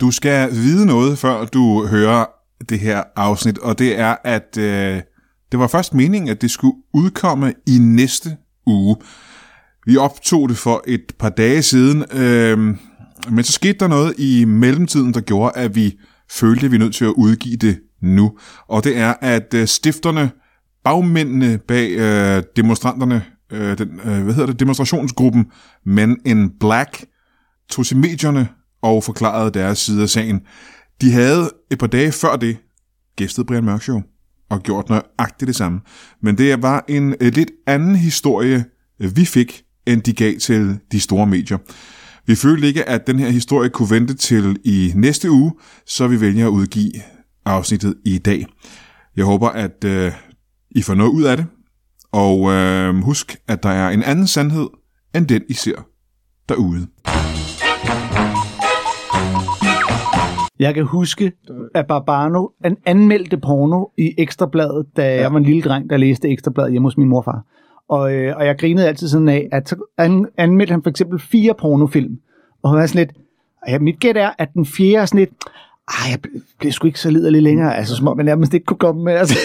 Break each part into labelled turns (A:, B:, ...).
A: Du skal vide noget, før du hører det her afsnit, og det er, at øh, det var først meningen, at det skulle udkomme i næste uge. Vi optog det for et par dage siden, øh, men så skete der noget i mellemtiden, der gjorde, at vi følte, at vi er nødt til at udgive det nu. Og det er, at øh, stifterne, bagmændene bag øh, demonstranterne, øh, den, øh, hvad hedder det, demonstrationsgruppen Men in Black, tog til medierne og forklarede deres side af sagen. De havde et par dage før det gæstet Brian Mørk Show og gjort nøjagtigt det samme. Men det var en øh, lidt anden historie, øh, vi fik, end de gav til de store medier. Vi følte ikke, at den her historie kunne vente til i næste uge, så vi vælger at udgive afsnittet i dag. Jeg håber, at øh, I får noget ud af det, og øh, husk, at der er en anden sandhed end den, I ser derude.
B: Jeg kan huske, at Barbano an anmeldte porno i Ekstrabladet, da ja. jeg var en lille dreng, der læste Ekstrabladet hjemme hos min morfar. Og, øh, og jeg grinede altid sådan af, at så an, anmeldte han for eksempel fire pornofilm. Og han var sådan lidt, ja, mit gæt er, at den fjerde er sådan lidt, ej, jeg blev, blev sgu ikke så liderlig længere, altså som om jeg nærmest ikke kunne komme med. Altså,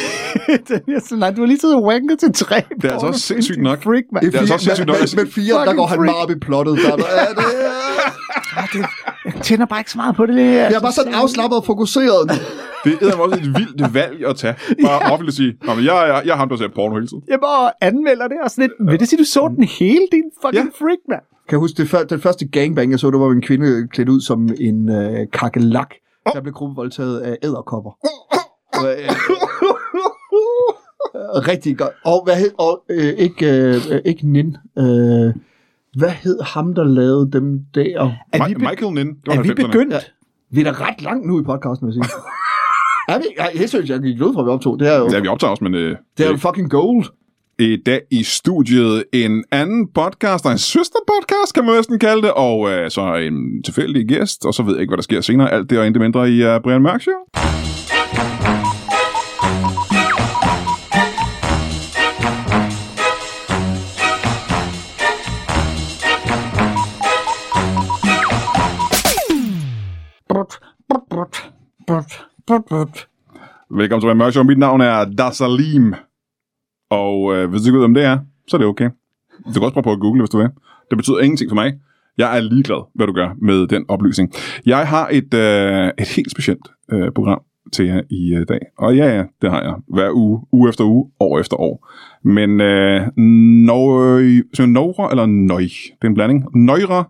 B: den er sådan, nej, du har lige siddet og wanket til tre
A: Det er altså også
B: pornofilm,
A: sindssygt
B: din
A: nok.
B: Freak, mand.
A: Det er altså også sindssygt nok.
C: Men fire, der
B: Fucking
C: går han
B: freak.
C: meget op i plottet. Der, der, ja, det,
B: Ah, det, jeg tænder bare ikke så meget på det. det
C: jeg er bare sådan afslappet og fokuseret.
A: Det er også et vildt valg at tage. Bare ja. offentligt at sige, "Nå, men jeg, jeg, jeg er ham, der ser porno hele tiden.
B: Jeg bare anmelder det, og sådan lidt, vil det sige, du så den hele, din fucking ja. freak, mand?
C: Kan jeg huske, det før, den første gangbang, jeg så, der var en kvinde klædt ud som en øh, kakelak, der blev gruppevoldtaget af æderkopper. Det var, øh, Rigtig godt. Og, hvad hed, og øh, ikke, øh, ikke Nin. Øh, hvad hed ham, der lavede dem der?
B: Er
A: Ma-
B: vi, be-
A: Michael Nin, det var
B: er vi
A: 90'erne.
B: begyndt?
C: Vi er da ret langt nu i podcasten, vil jeg sige. er vi? Ej, jeg synes, jeg gik ud fra, at vi optog. Det er jo,
A: Ja, vi optager også, men øh,
C: det er jo fucking gold.
A: i dag i studiet en anden podcast, og en søsterpodcast, kan man næsten kalde det, og øh, så en tilfældig gæst, og så ved jeg ikke, hvad der sker senere. Alt det og intet mindre i øh, Brian Mørk Show.
B: Brut, brut, brut, brut, brut, brut.
A: Velkommen til Brian Mørk Show. Mit navn er Dasalim, og øh, hvis du ikke ved, om det er, så er det okay. Du kan også prøve på at google, hvis du vil. Det betyder ingenting for mig. Jeg er ligeglad, hvad du gør med den oplysning. Jeg har et, øh, et helt specielt øh, program til jer i øh, dag. Og ja, ja, det har jeg. Hver uge, uge efter uge, år efter år. Men øh, nøj, så Nora eller Nøj, det er en blanding. Nøjra,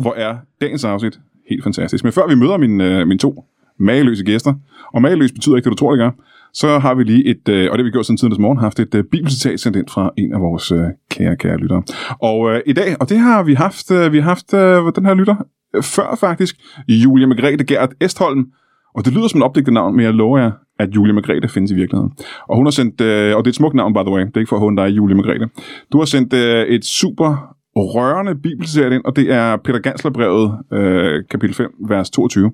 A: hvor er dagens afsnit helt fantastisk. Men før vi møder min, øh, mine to mageløse gæster, og mageløs betyder ikke det, du tror, det gør, så har vi lige et, øh, og det har vi gjort siden tidens morgen, haft et øh, bibelcitat sendt ind fra en af vores øh, kære, kære lyttere. Og øh, i dag, og det har vi haft, øh, vi har haft øh, den her lytter øh, før faktisk, Julia Margrethe Gert Estholm, og det lyder som en opdigtet navn, men jeg lover jer, at Julia Margrethe findes i virkeligheden. Og hun har sendt, øh, og det er et smukt navn, by the way, det er ikke for at hunde dig, Julia Margrethe. Du har sendt øh, et super rørende bibelcitat ind, og det er Peter Ganslerbrevet, øh, kapitel 5, vers 22.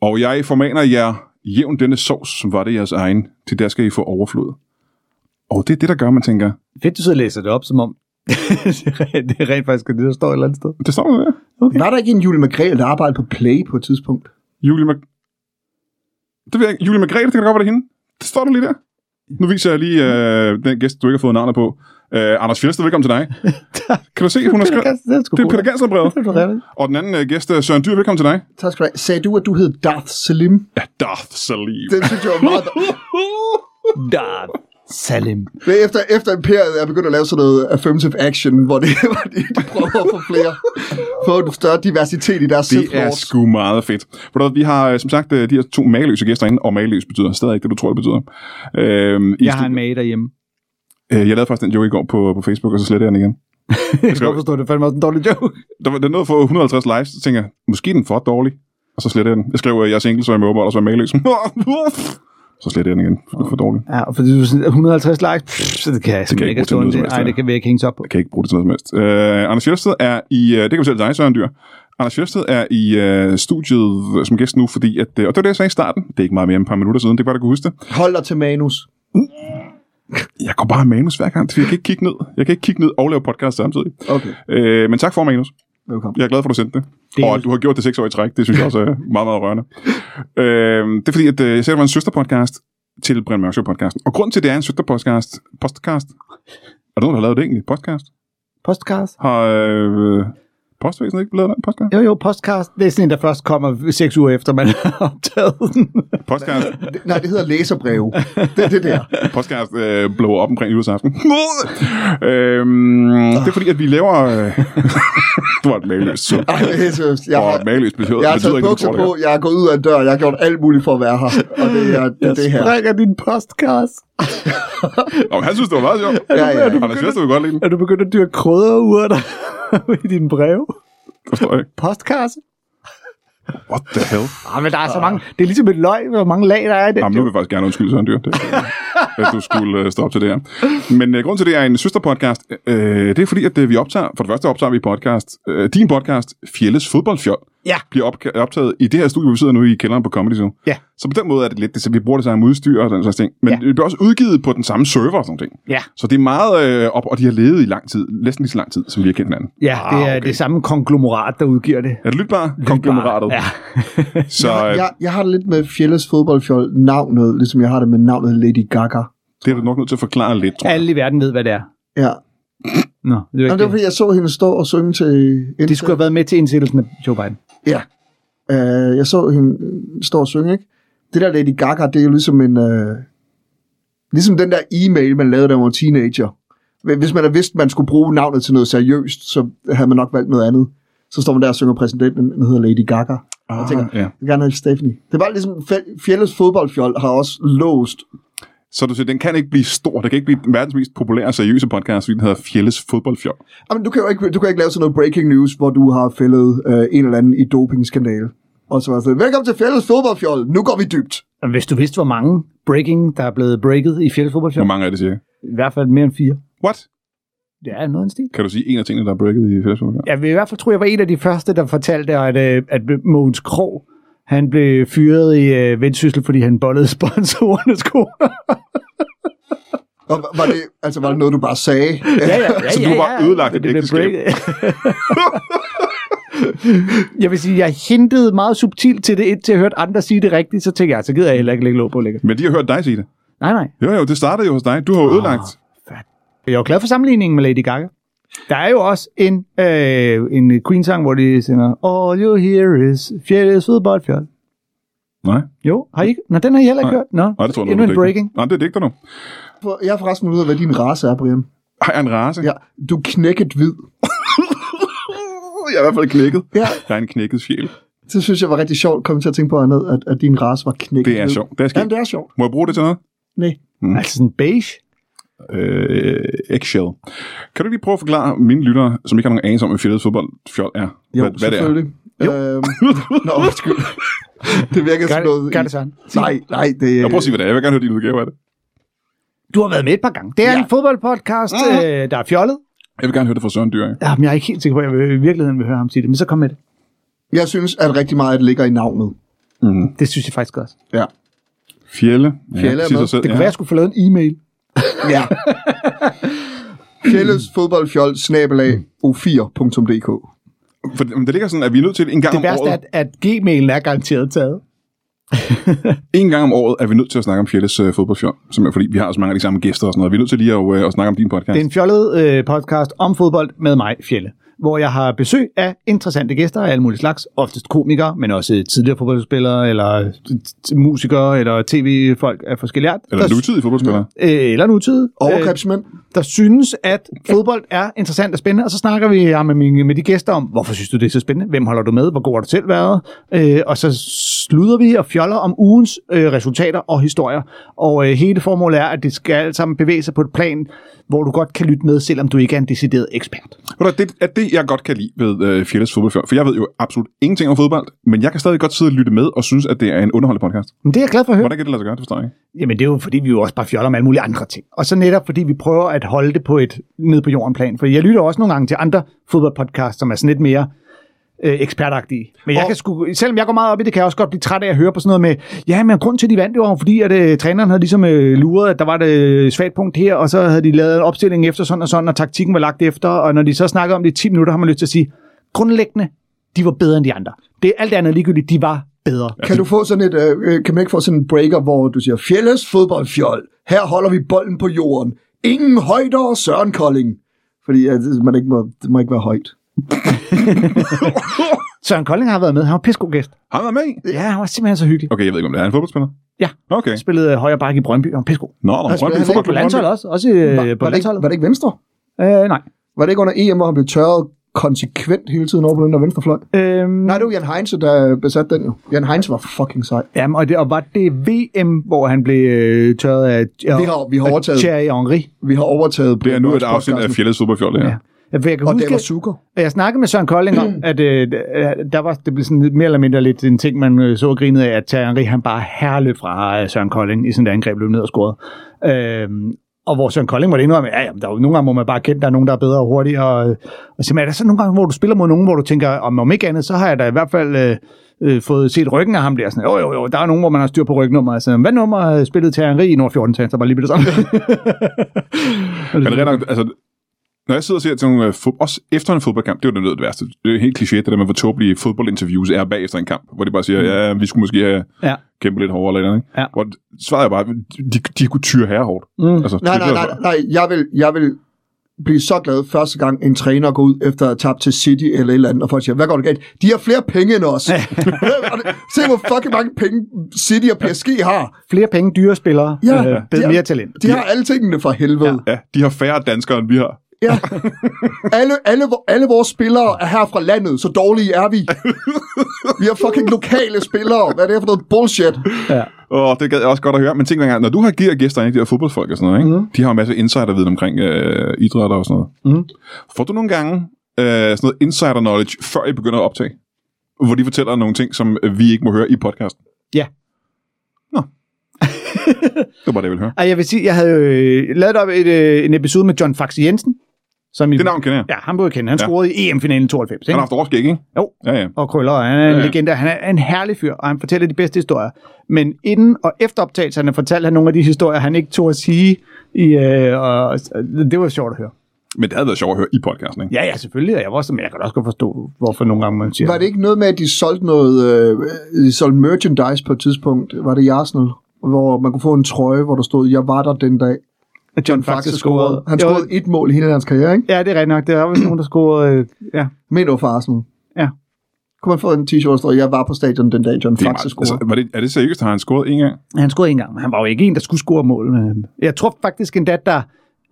A: Og jeg formaner jer, jævn denne sovs, som var det jeres egen, til der skal I få overflod. Og det er det, der gør, at man tænker,
B: Fedt, du sidder og læser det op, som om det er rent- det er rent faktisk det, der står et eller andet sted.
A: det står der der.
C: Var der ikke en Julie Magrel, der arbejdede på Play på et tidspunkt?
A: Julie Mag... Det ved jeg ikke. Julie Margrethe, det kan da godt være det er hende. Det står der lige der. Nu viser jeg lige øh, den gæst, du ikke har fået navnet på. Øh, Anders Fjeldsted, velkommen til dig. kan du se, hun har skrevet...
B: Det er sgu
A: Det er
B: godt.
A: Peter Ganslerbrevet.
B: Det er du ret i.
A: Og den anden øh, gæst, øh, Søren Dyr, velkommen til dig.
C: Tak skal du have. Sagde du, at du hed Darth Salim?
A: Ja, Darth Salim.
C: Det synes jeg var meget...
B: Da. Salim.
C: Men efter, efter Imperiet er begyndt at lave sådan noget affirmative action, hvor det, hvor de, de prøver at få flere, få en større diversitet i deres
A: Det er
C: Sith
A: sgu meget fedt. For der, vi har øh, som sagt øh, de her to mageløse gæster inde, og mageløs betyder stadig ikke det, du tror, det betyder. Øhm, i
B: Jeg har en mage derhjemme.
A: Øh, jeg lavede faktisk den joke i går på, på Facebook, og så slettede jeg den igen.
B: Jeg skal godt forstå, det er fandme også en dårlig joke.
A: Der var den nåede for 150 likes, så tænker jeg, måske er den for dårlig. Og så slettede jeg den. Jeg skrev, øh, jeg er single, så jeg må åbenbart også være mageløs. så slettede jeg den igen. Det var for dårligt.
B: Ja, og fordi du sådan 150 likes, pff, så det kan jeg
A: jeg
B: simpelthen
A: ikke
B: ikke
A: bruge
B: have
A: til noget
B: stående.
A: som helst,
B: Nej,
A: det
B: det
A: her.
B: kan vi ikke hænges op på.
A: Jeg kan ikke bruge det til noget som helst. Øh, Anders Fjeldsted er i... Øh, det kan vi selv dig, Søren Dyr. Anders Fjeldsted er i øh, studiet øh, som gæst nu, fordi at... Øh, og det var det, jeg sagde i starten. Det er ikke meget mere end et par minutter siden. Det er bare, du kunne huske det.
C: Hold dig til manus.
A: Jeg går bare i manus hver gang, fordi jeg kan ikke kigge ned. Jeg kan ikke kigge ned og lave podcast samtidig.
C: Okay.
A: Øh, men tak for manus.
C: Velkommen.
A: Jeg er glad for, at du sendte det.
B: Det
A: det
B: er-
A: og at du har gjort det seks år i træk. Det synes jeg også er meget, meget rørende. Øh, det er fordi, at øh, jeg ser, at det var en søsterpodcast til Brian Mørk Show podcasten. Og grund til, at det er en søsterpodcast, podcast, er der nogen, der har lavet det egentlig? Podcast?
B: Postcast?
A: Har øh, postvæsenet ikke lavet den podcast?
B: Jo, jo, postcast. Det er sådan en, der først kommer seks uger efter, man har optaget den.
A: Podcast,
C: Det- Nej, det hedder læserbreve. Det er det der.
A: podcast øh, blower op omkring juleaften. øhm, det er fordi, at vi laver... Øh, du var et mageløst sum.
C: Ej, det er seriøst. Jeg
A: Og
C: har,
A: mageløst betyder,
C: jeg har
A: betyder
C: taget
A: ikke, at du
C: bukser
A: tror, det
C: på, jeg har gået ud af en dør, jeg har gjort alt muligt for at være her. Og det er det, er det her.
B: Sprækker din postcast.
A: er. Nå, men han synes, det var meget sjovt.
C: Ja, ja.
A: Anders Vester vil godt lide den.
B: Er du begyndt at dyrke krydderurter i dine brev?
A: Forstår jeg ikke.
B: Postkasse?
A: What the hell?
B: Ah, men der er så mange. Det er ligesom et løg, hvor mange lag der er i det.
A: Jamen, nu vil jeg faktisk gerne undskylde Søren Dyr, det- at du skulle øh, stoppe til det her. Men øh, grund til, det er en søsterpodcast, øh, det er fordi, at øh, vi optager, for det første optager vi podcast, øh, din podcast, Fjelles Fodboldfjold,
B: Ja.
A: bliver opka- optaget i det her studie, hvor vi sidder nu i kælderen på Comedy Zoo.
B: Ja.
A: Så på den måde er det lidt, det, så vi bruger det samme udstyr og den slags ting. Men
B: Ja.
A: ja. det bliver også udgivet på den samme server og sådan noget.
B: Ja.
A: Så det er meget øh, op, og de har levet i lang tid, næsten lige så lang tid, som vi har kendt hinanden.
B: Ja, det er
A: Ah,
B: okay. det samme konglomerat, der udgiver det.
A: Er det lytbar? Konglomeratet.
B: Ja.
A: Så
C: Jeg,
A: øh,
C: jeg, jeg har det lidt med Fjelles fodboldfjold navnet, ligesom jeg har det med navnet Lady Gaga.
A: det er du nok nødt til at forklare lidt, tror jeg.
B: Alle i verden ved, hvad det er.
C: Ja.
B: Nå, det, er
C: Jamen,
B: ikke
C: det var
B: det.
C: fordi, jeg så hende stå og synge til...
B: det skulle have været med til indsættelsen af Joe Biden.
C: Ja. Øh, jeg så hende øh, stå og synge, ikke? Det der Lady Gaga, det er jo ligesom en... Øh, ligesom den der e-mail, man lavede, da man var teenager. Hvis hvis man havde vidst, man skulle bruge navnet til noget seriøst, så havde man nok valgt noget andet. Så står man der og synger præsidenten, den hedder Lady Gaga. Ah, jeg tænker, jeg
A: ja.
C: vil gerne have Stephanie. Det var ligesom, Fe- Fjelles fodboldfjold har også låst.
A: Så du siger, den kan ikke blive stor. Det kan ikke blive verdens mest populære og seriøse podcast, fordi den hedder Fjelles Fodboldfjold.
C: Jamen, du kan jo ikke, du kan ikke lave sådan noget breaking news, hvor du har fældet øh, en eller anden i dopingskandale. Og så var det sådan, velkommen til Fjelles fodboldfjold, nu går vi dybt.
B: Og Hvis du vidste, hvor mange breaking, der er blevet breaket i
A: Hvor
B: fjeldfodboldfjord,
A: mange er det, cirka?
B: i hvert fald mere end fire.
A: What?
B: Det er noget af en stil.
A: Kan du sige en af tingene, der er breaket i Fjelles Fodboldfjold?
B: Jeg vil i hvert fald tro, jeg var en af de første, der fortalte, at, øh, at Mogens Krog, han blev fyret i øh, vendsyssel, fordi han bollede sponsorernes koner.
C: Og var- var det, altså, var det noget, du bare sagde?
B: ja, ja, ja,
A: Så du
B: ja,
A: har bare
B: ja.
A: ødelagt
B: Det
A: et
B: blev
A: ægteskab.
B: breaket. jeg vil sige, jeg hintede meget subtilt til det, indtil jeg hørte andre sige det rigtigt, så tænkte jeg, "Altså, så gider jeg heller ikke lægge låg på længere.
A: Men de har hørt dig sige det.
B: Nej, nej.
A: Jo, jo, det startede jo hos dig. Du har jo
C: Ah.
A: ødelagt.
B: Jeg er jo glad for sammenligningen med Lady Gaga. Der er jo også en, øh, en Queen-sang, hvor de synger All you hear is fjeldets fodboldfjold.
A: Nej,
B: Jo, har I ikke? Nå, den har I heller ikke
A: Nej.
B: hørt. Nå,
A: Nej det tror jeg
B: endnu
A: du
B: en
A: digter.
B: breaking.
A: Nej, det er digter nu.
C: For- Jeg er forresten ud af, hvad din race er, Brian.
A: Ej, er en race.
C: Ja, du er knækket hvid.
A: Uh, Jeg er i hvert fald knækket.
C: Ja,
A: Jeg er en knækket sjæl.
C: det synes jeg var rigtig sjovt. Kom til at tænke på andet, at, at din race var knækket
A: Det er
C: hvid.
A: sjovt. Det er sket.
C: Jamen, det er sjovt.
A: Må jeg bruge det til noget?
C: Nej.
A: Mm.
B: Altså sådan beige.
A: Øh, eggshell. Kan du ikke lige prøve at forklare mine lyttere, som ikke har nogen anelse om, hvad Fjelles Fodboldfjold er?
C: Jo,
A: hvad, hvad det er?
C: selvfølgelig.
B: Jo.
C: Øhm, nå, undskyld. Det virker
B: Gør
C: sådan noget...
B: det, gør det sådan.
C: Nej, nej, det er...
A: Jeg prøver at sige, hvad det er. Jeg vil gerne høre din udgave af det.
B: Du har været med et par gange. Det er ja. en fodboldpodcast,
A: Mhm.
B: øh, der er fjollet.
A: Jeg vil gerne høre det fra Søren Dyr. ikke?
B: Jamen, jeg er ikke helt sikker på, at jeg vil- i virkeligheden vil høre ham sige det, men så kom med det.
C: Jeg synes, at rigtig meget af det ligger i navnet.
A: Mhm.
B: Det synes jeg faktisk også.
C: Ja.
A: Fjelle.
C: Fjelle er
A: sig
C: med.
A: selv,
B: Det kunne være, at jeg skulle få lavet en e-mail.
C: Ja. Fjelles fodboldfjold, snabelag, o4.dk.
B: Øh.
A: For det, men det ligger sådan, at vi er nødt til en gang
B: Det
A: om
B: værste
A: året,
B: er, at, at gmailen er garanteret taget.
A: en gang om året er vi nødt til at snakke om Fjelles øh, fodboldfjord, simpelthen fordi vi har så mange af de samme gæster og sådan noget. Vi er nødt til lige at, øh, at snakke om din podcast.
B: Det er en fjollet øh, podcast om fodbold med mig, Fjelle, hvor jeg har besøg af interessante gæster af alle mulige slags, oftest komikere, men også tidligere fodboldspillere, eller t- t- musikere, eller tv-folk af forskellige art.
A: Eller
B: der,
A: nutidige fodboldspillere.
B: øh, eller nutid. Øh,
C: Overgrebsmænd.
B: der synes, at fodbold er interessant og spændende, og så snakker vi ja, med, mine, med de gæster om, hvorfor synes du, det er så spændende? Hvem holder du med? Hvor god har du selv været? Øh, og så sluder vi og fjoller om ugens øh, resultater og historier. Og øh, hele formålet er, at det skal alt sammen bevæge sig på et plan, hvor du godt kan lytte med, selvom du ikke er en decideret ekspert.
A: Ved du, hvad, det er det, jeg godt kan lide ved øh, Fjelles fodboldfjord, for jeg ved jo absolut ingenting om fodbold, men jeg kan stadig godt sidde og lytte med og synes, at det er en underholdende podcast.
B: Men det er jeg glad for at høre.
A: Hvordan kan det lade sig gøre? Det forstår jeg ikke.
B: Jamen, det er jo fordi, vi jo også bare fjoller med alle mulige andre ting. Og så netop fordi, vi prøver at holde det på et ned på jorden plan. For jeg lytter også nogle gange til andre fodboldpodcasts, som er sådan lidt mere øh, ekspertagtige. Men jeg
C: Og-
B: kan sgu, selvom jeg går meget op i det, kan jeg også godt blive træt af at høre på sådan noget med, ja, men grund til, at de vandt, det var jo fordi, at øh, træneren havde ligesom øh, luret, at der var et øh, svagt punkt her, og så havde de lavet en opstilling efter sådan og sådan, og taktikken var lagt efter, og når de så snakkede om det i 10 minutter, har man lyst til at sige, grundlæggende, de var bedre end de andre. Det er alt andet ligegyldigt, de var bedre.
C: Kan du få sådan et, øh, kan man ikke få sådan en breaker, hvor du siger, Fjelles fodboldfjol, her holder vi bolden på jorden. Ingen højder og Søren Kolding. Fordi ja, det- man ikke må, det må ikke være højt.
B: Søren Kolding har været med, han var en pissegod gæst.
A: Har han været med? i?
B: Ja, han var simpelthen så hyggelig.
A: Okay, jeg ved ikke, om det er. Er han en fodboldspiller?
B: Ja.
A: Okay.
B: Han spillede øh, højre bakke i Brøndby, han var pissegod.
A: Nå, der er
C: Han
A: Brøndby
B: På
C: spiller
A: fodboldklub.
B: landsholdet også, også øh, på
C: Var, var, det ikke,
B: landsholdet.
C: var det ikke venstre?
B: Øh, nej.
C: Var det ikke under EM, hvor han blev tørret konsekvent hele tiden over på den der venstrefløj?
B: Øhm,
C: Nej, det var Jan Heinze, der besatte den jo. Jan Heinze var fucking sej.
B: Jamen, og, det, og var det VM, hvor han blev øh, tørret af, af
C: Vi har, vi har overtaget,
B: Thierry Henry?
C: vi har overtaget
A: Det er nu et
C: Brøndby's
A: afsnit af
C: podcasten.
A: Fjellets fodboldfjol, det her.
B: Ja. Ja, for Jeg kan
C: Og det
B: huske,
C: var sukker.
B: at jeg snakkede med Søren Kolding om, at øh, der var, det blev sådan lidt mere eller mindre lidt en ting, man øh, så og grinede af, at Thierry Henry, han bare herløb fra øh, Søren Kolding i sådan et angreb, løb ned og scorede. Øhm, og hvor Søren Kolding måtte indrømme, ja, jamen, der er jo nogle gange, hvor man bare kender, der er nogen, der er bedre og hurtigere. Og, øh, og simpelthen, er der så nogle gange, hvor du spiller mod nogen, hvor du tænker, om, om ikke andet, så har jeg da i hvert fald øh, øh, fået set ryggen af ham der. Sådan, jo, jo, jo, der er nogen, hvor man har styr på rygnummer. Altså, hvad nummer øh, spillede Thierry Henry i Nord 14? Så jeg bare lige med det samme.
A: Men det er rent nok, altså, når jeg sidder og ser til nogle, øh, fod- også efter en fodboldkamp, det er jo det, det værste. Det er jo helt kliché, det der med, hvor tåbelige fodboldinterviews er bag efter en kamp, hvor de bare siger, ja, vi skulle måske have
B: Ja.
A: kæmpet lidt hårdere eller et eller andet. ikke?
B: Ja.
A: Hvor svaret er bare, de, de kunne tyre herrehårdt.
B: Mm.
A: Altså,
C: Nej,
A: det
C: nej,
A: er
C: nej,
A: derfor.
C: nej. Jeg vil, jeg vil blive så glad første gang en træner går ud efter at have tabt til City eller et eller andet, og folk siger, hvad går det galt? De har flere penge end os. Og det- Se, hvor fucking mange penge City og PSG har.
B: Flere penge, dyre spillere,
C: Ja,
B: øh, bedre,
C: ja.
B: mere talent.
C: De har alle tingene for helvede.
A: Ja, de har færre danskere, end vi har.
C: Ja. ja. Alle, alle, vo- alle vores spillere er her fra landet, så dårlige er vi. Vi har fucking lokale spillere. Hvad er det her for noget bullshit?
B: Ja.
A: Og det gad jeg også godt at høre. Men tænk engang, når du har giver gæster, ikke, de her fodboldfolk og sådan noget, ikke? Mm. de har jo en masse insiderviden omkring øh, idræt og sådan noget.
B: Mhm.
A: Får du nogle gange øh, sådan noget insider knowledge, før I begynder at optage? Hvor de fortæller nogle ting, som øh, vi ikke må høre i podcasten.
B: Ja.
A: Nå. det var det, jeg ville høre.
B: Ej, jeg vil sige, jeg havde øh, lavet op et, øh, en episode med John Faxe Jensen. Som i,
A: Det navn kender jeg.
B: Ja, han blev kendt. Han
A: Ja.
B: scorede i EM-finalen 92,
A: Han
B: ikke?
A: har haft overskæg, ikke?
B: Jo.
A: Ja, ja.
B: Og krøller, og han er en
A: Ja, ja.
B: legende. Han er en herlig fyr, og han fortæller de bedste historier. Men inden og efter optagelserne fortalte han nogle af de historier, han ikke tog at sige. I, øh, og, det var sjovt at høre.
A: Men det havde været sjovt at høre i podcasten, ikke?
B: Ja, ja, selvfølgelig. Og jeg var også, men jeg kan da også godt forstå, hvorfor nogle gange man siger
C: Var det ikke noget med, at de solgte noget øh, de solgte merchandise på et tidspunkt? Var det i Arsenal? Hvor man kunne få en trøje, hvor der stod, jeg var der den dag.
B: at John Faxe
C: Faktisk
B: scorede.
C: scorede. Han
B: Jo,
C: scorede et mål i hele hans karriere, ikke?
B: Ja, det er rigtigt nok. Det var vist nogen, der scorede. Øh, ja.
C: Men det var for Arsenal.
B: Ja.
C: Kunne man få en t-shirt, der står, jeg var på stadion den dag, John
A: Det er,
C: Faxe
A: meget,
C: scorede.
A: altså, var det, er det seriøst, har han scoret en gang?
B: Han scorede en gang, men han var jo ikke en, der skulle score mål. Men Jeg tror faktisk endda, der,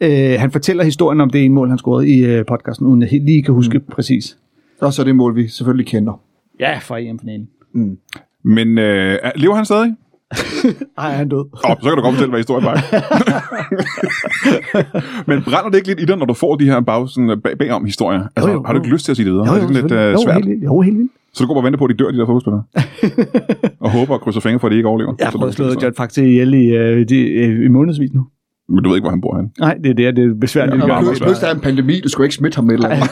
B: øh, han fortæller historien om det ene mål, han scorede i øh, podcasten, uden jeg helt lige kan huske mm. præcis.
C: Og så er det mål, vi selvfølgelig kender.
B: Ja, fra EM-finalen.
A: Men øh, er- lever han stadig?
B: Nej, han død.
A: Oh, så kan du godt fortælle, hvad historien var. Men brænder det ikke lidt i dig, når du får de her bag, sådan, øh, bag, bagom historier? Altså,
B: Jo, jo,
A: har du
B: jo.
A: ikke lyst til at sige det videre? er det ikke lidt
B: selvfølgelig.
A: uh,
B: jo,
A: svært?
B: helt vildt. Jo, helt vildt.
A: Så du går bare og venter på, at de dør, de der fodboldspillere? og håber og krydser fingre for, at de ikke overlever?
B: Jeg har
A: Så
B: prøvet at
A: du-
B: slå John faktisk ihjel i, øh, de, øh, i månedsvis nu.
A: Men du ved ikke, hvor han bor han.
B: Nej, det er det, det er besværligt.
A: Ja,
B: Ja,
A: men-
B: det
A: meget
C: Plus,
A: svært.
C: plus der er en pandemi, du skulle ikke smitte ham med eller andet.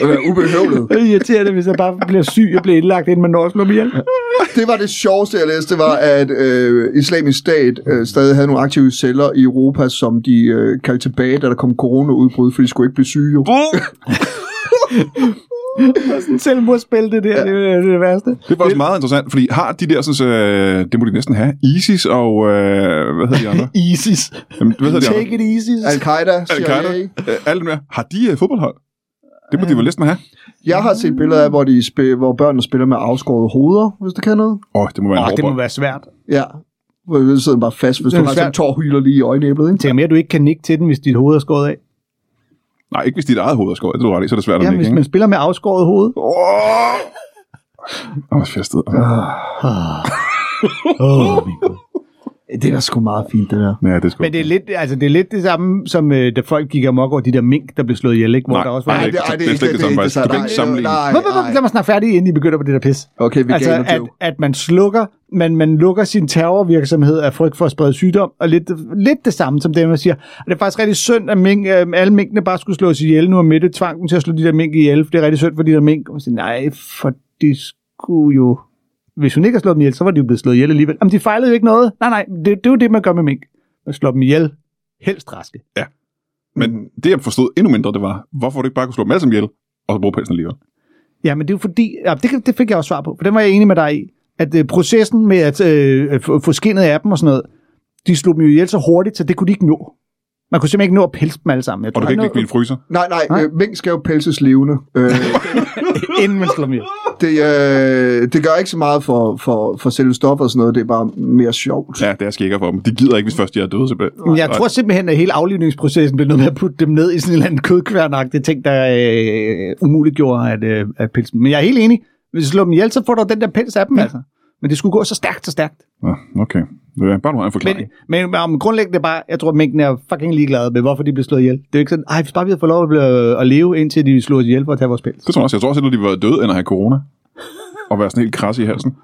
C: Det var ubehøvlet.
B: det er irriterende, hvis jeg bare bliver syg og bliver indlagt, inden man når at slå mig ihjel.
C: Det var det sjoveste, jeg læste, det var, at øh, islamisk stat øh, stadig havde nogle aktive celler i Europa, som de øh, kaldte tilbage, da der kom coronaudbrud, for de skulle ikke blive syge. Jo.
B: Sådan selvmordsspil, det der, ja. det, er, det er det værste.
A: Det var også meget interessant, fordi har de der, sådan, øh, det må de næsten have, ISIS og, øh, hvad hedder de andre?
B: ISIS.
A: Jamen, hvad hedder de
B: Take
A: andre?
B: it ISIS.
C: Al-Qaida,
A: Al-Qaida,
C: CIA.
A: øh, alle dem der. Har de øh, fodboldhold? Det må de vel næsten have.
C: Jeg har set billeder af, hvor, de sp- hvor børnene spiller med afskårede hoveder, hvis det kan noget.
A: Åh, oh, det må være en
B: Åh,
A: hård
B: det må
A: bold.
B: være svært.
C: Ja. Hvor du sidder bare fast, hvis
B: Det
C: du
B: er
C: har sådan
B: svært.
C: en tår hyler lige i øjenæblet. Ikke?
B: Tænker mere, at du ikke kan nikke til den, hvis dit hoved er skåret af.
A: Nej, ikke hvis dit eget hoved er skåret. Det er du ret i, så er det svært at
B: Jamen,
A: nikke,
B: hvis
A: ikke?
B: man spiller med afskåret hoved.
A: Åh, oh, hvor festet.
B: Oh, min Gud.
C: Det er da sgu meget fint, det der.
A: Ja, det er sgu.
B: Men det er, lidt, altså, det er lidt det samme, som øh, da folk gik amok over de der mink, der blev slået ihjel, ikke? Hvor
A: Nej,
B: der også var...
A: nej,
B: Nej,
A: det- ej, det er slet ikke det samme, faktisk. Du kan ikke sammenligne.
C: Nej,
B: Vop, vop, vop,
C: nej.
B: lad mig snakke færdig, inden I begynder på det der pis.
C: Okay, vi
B: Altså, at, at man slukker man, man lukker sin terrorvirksomhed af frygt for at sprede sygdom, og lidt, lidt det samme som det, man siger. Og det er faktisk rigtig synd, at mink, øh, alle minkene bare skulle slås ihjel nu, og Mette tvang dem til at slå de der mink ihjel, for det er rigtig synd for de der mink. Og man siger, nej, for de skulle jo... Hvis hun ikke har slået dem ihjel, så var de jo blevet slået ihjel alligevel. Jamen, de fejlede jo ikke noget. Nej, nej, det, det er jo det, man gør med mink. Man slår dem ihjel. Helst raske.
A: Men det, jeg forstod endnu mindre, det var, hvorfor du ikke bare kunne slå dem alle sammen ihjel, og så bruge pelsen alligevel.
B: Ja, men det er jo fordi, ja, det, kan- det fik jeg også svar på, for den var jeg enig med dig i, at øh, processen med at øh, få- få skinnet af dem og sådan noget, de slog dem jo ihjel så hurtigt, så det kunne de ikke nå. Man kunne simpelthen ikke nå at pelse dem alle sammen. Jeg
A: Og du
B: tror,
A: kan ikke
B: han
A: ligge ved en fryser.
C: Nej, nej,
B: Nej.
C: øh, mink skal jo pelses levende. Øh,
B: nåede- inden man slår dem ihjel.
C: det, øh, det gør ikke så meget for, for, for selve stoffet og sådan noget, det er bare mere sjovt.
A: Ja, det er skækker for dem. De gider ikke, hvis først de er døde tilbage.
B: Men Jeg tror simpelthen, at hele aflivningsprocessen blev nødt med at putte dem ned i sådan en eller anden kødkværnagtig ting, der øh, umuliggjorde at, øh, at pelse dem. Men jeg er helt enig. Hvis du slår dem ihjel, så får du den der pels af dem, ja. altså. Men det skulle gå så stærkt, så stærkt.
A: Ja, okay. Det er bare du har en forklaring.
B: Men, men om grundlæggende bare, jeg tror, at mængden er fucking ligeglade med, hvorfor de blev slået ihjel. Det er jo ikke sådan, ej, hvis bare vi havde fået lov at, blive, at leve, indtil de slog os ihjel for at tage vores pels.
A: Det tror jeg også. Jeg tror også, at de var døde, end at have corona. Og være sådan helt krasse i halsen.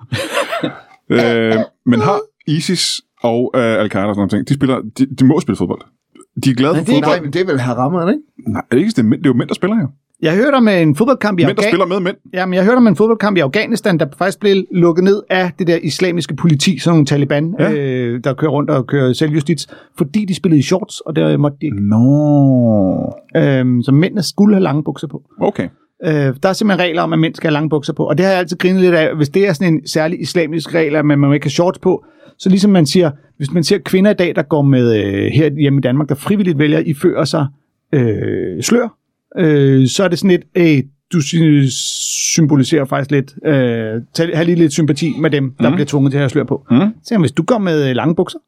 A: øh, men har ISIS og øh, Al-Qaida og sådan noget, de, spiller, de, de må spille fodbold. De er glade
B: Men
A: for
B: det er
A: fodbold.
C: Nej, men det er vel harammer, ikke?
A: Nej, er det, ikke, det, er mænd, det er jo mænd, der spiller her.
B: Jeg hørte om en fodboldkamp i
A: Mænd, der
B: Afghanistan.
A: spiller med mænd.
B: Jamen, jeg hørte om en fodboldkamp i Afghanistan, der faktisk blev lukket ned af det der islamiske politi, sådan nogle Taliban,
A: Ja.
B: ja. øh, der kører rundt og kører selvjustits, fordi de spillede i shorts, og der måtte de ikke.
A: Nå. Mm.
B: Øhm, så mændene skulle have lange bukser på.
A: Okay.
B: Øh, der er simpelthen regler om, at mænd skal have lange bukser på, og det har jeg altid grinet lidt af. Hvis det er sådan en særlig islamisk regel, at man, man ikke har shorts på, så ligesom man siger, hvis man ser kvinder i dag, der går med øh, her hjemme i Danmark, der frivilligt vælger at iføre sig øh, slør, øh, så er det sådan lidt, øh, du sy- symboliserer faktisk lidt, øh, tag, have lige lidt sympati med dem, der
A: Mhm.
B: mm. bliver tvunget til at have slør på.
A: Mhm.
B: Så hvis du går med øh, lange bukser,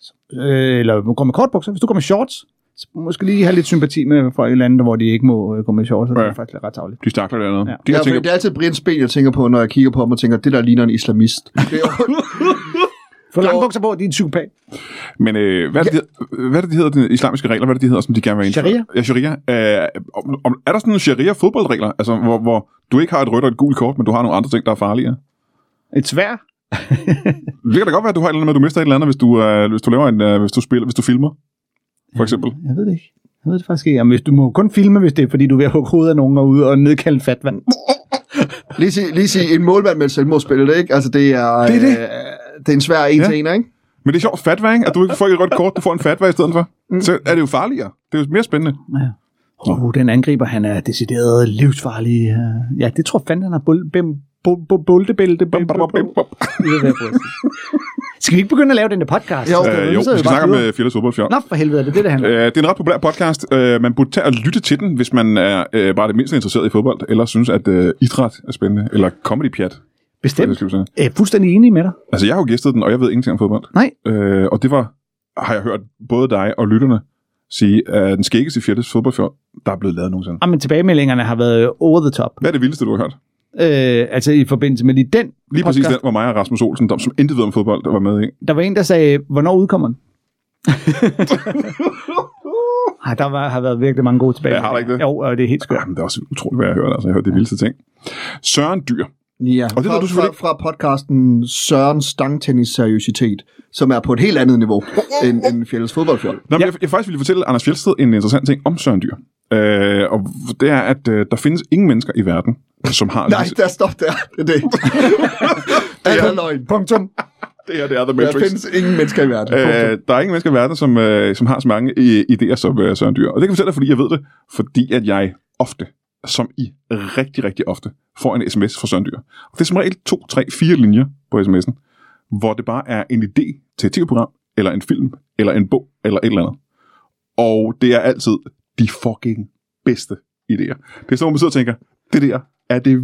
B: så- øh, eller går med kort bukser, hvis du går med shorts, så måske lige have lidt sympati med folk i landet, hvor de ikke må øh, gå med shorts, så det
A: Ja.
B: er faktisk ret tavligt.
A: De stakler dernede. Ja.
B: Ja.
A: De
C: Ja,
A: her
C: tænker...
A: tænker,
C: det er altid Brian Spen, jeg tænker på, når jeg kigger på ham og tænker, det der ligner en islamist. Det er jo-
B: Få lange bukser på, de er en psykopat.
A: men øh, hvad, er det, de hedder- hvad er det, de hedder, de islamiske regler? Hvad er det, de hedder, som de gerne vil indføre?
B: Sharia.
A: Ja, sharia. Øh, om, om, er der sådan nogle sharia-fodboldregler, altså, hvor, hvor du ikke har et rødt og et gult kort, men du har nogle andre ting, der er farligere?
B: Et svær.
A: Det kan da godt være, at du har et eller andet med, at du mister et eller andet, hvis du, øh, hvis du laver en, øh, hvis du spiller, hvis du filmer, for eksempel.
B: Jeg ved det ikke. Jeg ved det faktisk ikke. Jamen, hvis du må kun filme, hvis det er, fordi du er ved at hugge hovedet af nogen og ude og nedkalde en fatva.
C: lige, sige, lige sige, en målmand med et selvmordsspil, det er ikke? Altså, det er,
A: Det er det.
C: Øh, det er en svær en til en, ikke?
A: Men det er sjovt fatva, ikke? At du ikke får et rødt kort, du får en fatva i stedet for. Så er det jo farligere. Det er jo mere spændende.
B: Oh, den angriber, han er decideret livsfarlig. øh. Ja, det tror fanden, han har bul- bim- bu- bu- bultebælte.
A: Bum, bum, bum, bum, bum.
B: I ved, hvad jeg prøver at sige. Skal vi ikke begynde at lave den der podcast?
C: Jo.
A: Øh, jo,
B: så er
A: vi
B: det
A: skal
B: bare
A: snakke om
B: videre.
A: øh, Fjelles fodboldfjord.
B: Nå, for helvede, er det det, det handler om?
A: Øh, det er en ret populær podcast. Øh, man burde tage og lytte til den, hvis man er øh, bare det mindste interesseret i fodbold, eller synes, at øh, idræt er spændende, eller comedy-pjat. for det
B: Bestemt.
A: skal vi sige.
B: Jeg er fuldstændig enig med dig.
A: Altså, jeg har jo gæstet den, og jeg ved ingenting om fodbold.
B: Nej.
A: Øh, og det var, har jeg hørt både dig og lytterne sige, at den skæggeste fjertes fodboldfjord, der er blevet lavet nogensinde.
B: Ah, men tilbagemeldingerne har været øh, over the top.
A: Hvad er det vildeste, du har hørt?
B: Øh, altså i forbindelse med lige den
A: Lige præcis
B: podcast.
A: den, hvor mig og Rasmus Olsen, der, som intet ved om fodbold, der var med i.
B: Der var en, der sagde, hvornår udkommer den? Ej, der var, har været virkelig mange gode tilbage.
A: Ja, har der ikke det?
B: Jo, og det er helt skørt.
A: Jamen, det er også utroligt, hvad jeg hørte. Altså, jeg hørte det vildeste ting. Søren Dyr.
C: Ja,
A: Og det ved
C: fra,
A: du selvfølgelig
C: fra, fra podcasten Sørens Stangtennis Seriøsitet, som er på et helt andet niveau end, end Fjellets fodboldfjold.
A: Nå, men
B: Ja.
A: jeg, jeg faktisk ville fortælle Anders Fjeldsted en interessant ting om Søren Dyr. Øh, og det er, at øh, der findes ingen mennesker i verden, som har...
C: Nej, der stop der. Det er det. det er løgn.
B: Punktum.
A: det her det er The
C: Der
A: Matrix.
C: findes ingen mennesker i verden.
A: Øh, der er ingen mennesker i verden, som, øh, som har så mange øh, idéer som øh, Søren Dyr. Og det kan jeg fortælle dig, fordi jeg ved det. Fordi at jeg ofte, som I rigtig, rigtig ofte, får en sms fra Søren Dyr. Og det er som regel to, tre, fire linjer på sms'en, hvor det bare er en idé til et tv-program, eller en film, eller en bog, eller et eller andet. Og det er altid de fucking bedste idéer. Det er sådan, hvor man sidder og tænker, det der er det...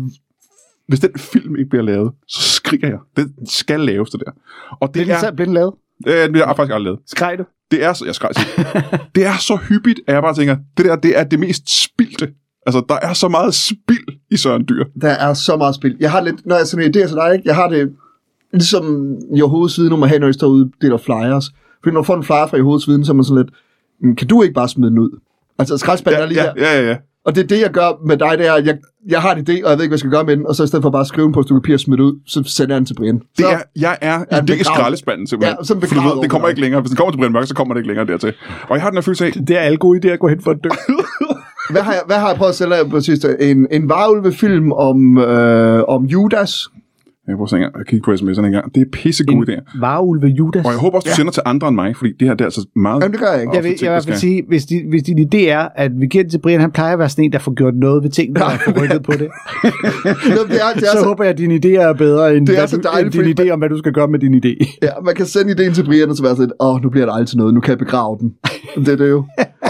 A: Hvis den film ikke bliver lavet, så skriger jeg. Den skal laves, det der. Og
B: Blev
A: det
B: den,
A: er...
B: så, blev den lavet?
A: Øh, det har jeg faktisk aldrig lavet.
B: Skreg du?
A: Det er så, jeg skreg sig. det er så hyppigt, at jeg bare tænker, det der, det er det mest spildte. Altså, der er så meget spild i Søren Dyr.
C: Der er så meget spil. Jeg har lidt, når jeg sådan en idé til dig, ikke? jeg har det ligesom i hovedsiden, når man har, når jeg står ude og deler flyers. Fordi når man får en flyer fra i hovedsiden, så er man sådan lidt, "Mm, kan du ikke bare smide den ud? Altså skraldspanden ja, er lige ja,
A: ja,
C: her.
A: ja, ja, ja.
C: Og det er det, jeg gør med dig, det er, at jeg, jeg har en idé, og jeg ved ikke, hvad jeg skal gøre med den. Og så i stedet for bare at skrive den på et stykke papir og smide den ud, så sender jeg den til Brian.
A: Det
C: så,
A: er, jeg er,
C: Ja,
A: ja, det er
C: begravet.
A: skraldespanden, simpelthen.
C: Ja, sådan
A: For du
C: begravet
A: ved, det kommer
C: over
A: ikke længere. Hvis den kommer til Brian Mørk, så kommer det ikke længere dertil. Og jeg har den her følelse af,
B: Det er alle gode idéer at gå hen for at dø.
C: hvad, har jeg, hvad har jeg prøvet at sælge af på sidste? En, en varulvefilm om, øh, om Judas.
A: Jeg prøver at se engang. Jeg kigger på sms'erne engang. Det er pissegode idéer.
B: Varulve Judas.
A: Og jeg håber også, du ja. sender til andre end mig, fordi det her det er altså meget...
C: Jamen, det gør jeg ikke.
B: Jeg vil, jeg vil i hvert fald sige, hvis, de, hvis din idé er, at vi giver det til Brian, han plejer at være sådan en, der får gjort noget ved tingene, og får rykket på det.
C: Nå, det er, det er
B: så
C: så,
B: håber jeg, at dine idéer er bedre end,
C: Det er
B: hvad
C: så
B: du,
C: dejligt,
B: end din
C: fordi-
B: idé om, hvad du skal gøre med din idé.
C: ja, man kan sende ideen til Brian, og så være sådan, åh, oh, nu bliver der aldrig til noget, nu kan jeg begrave den. det er det jo.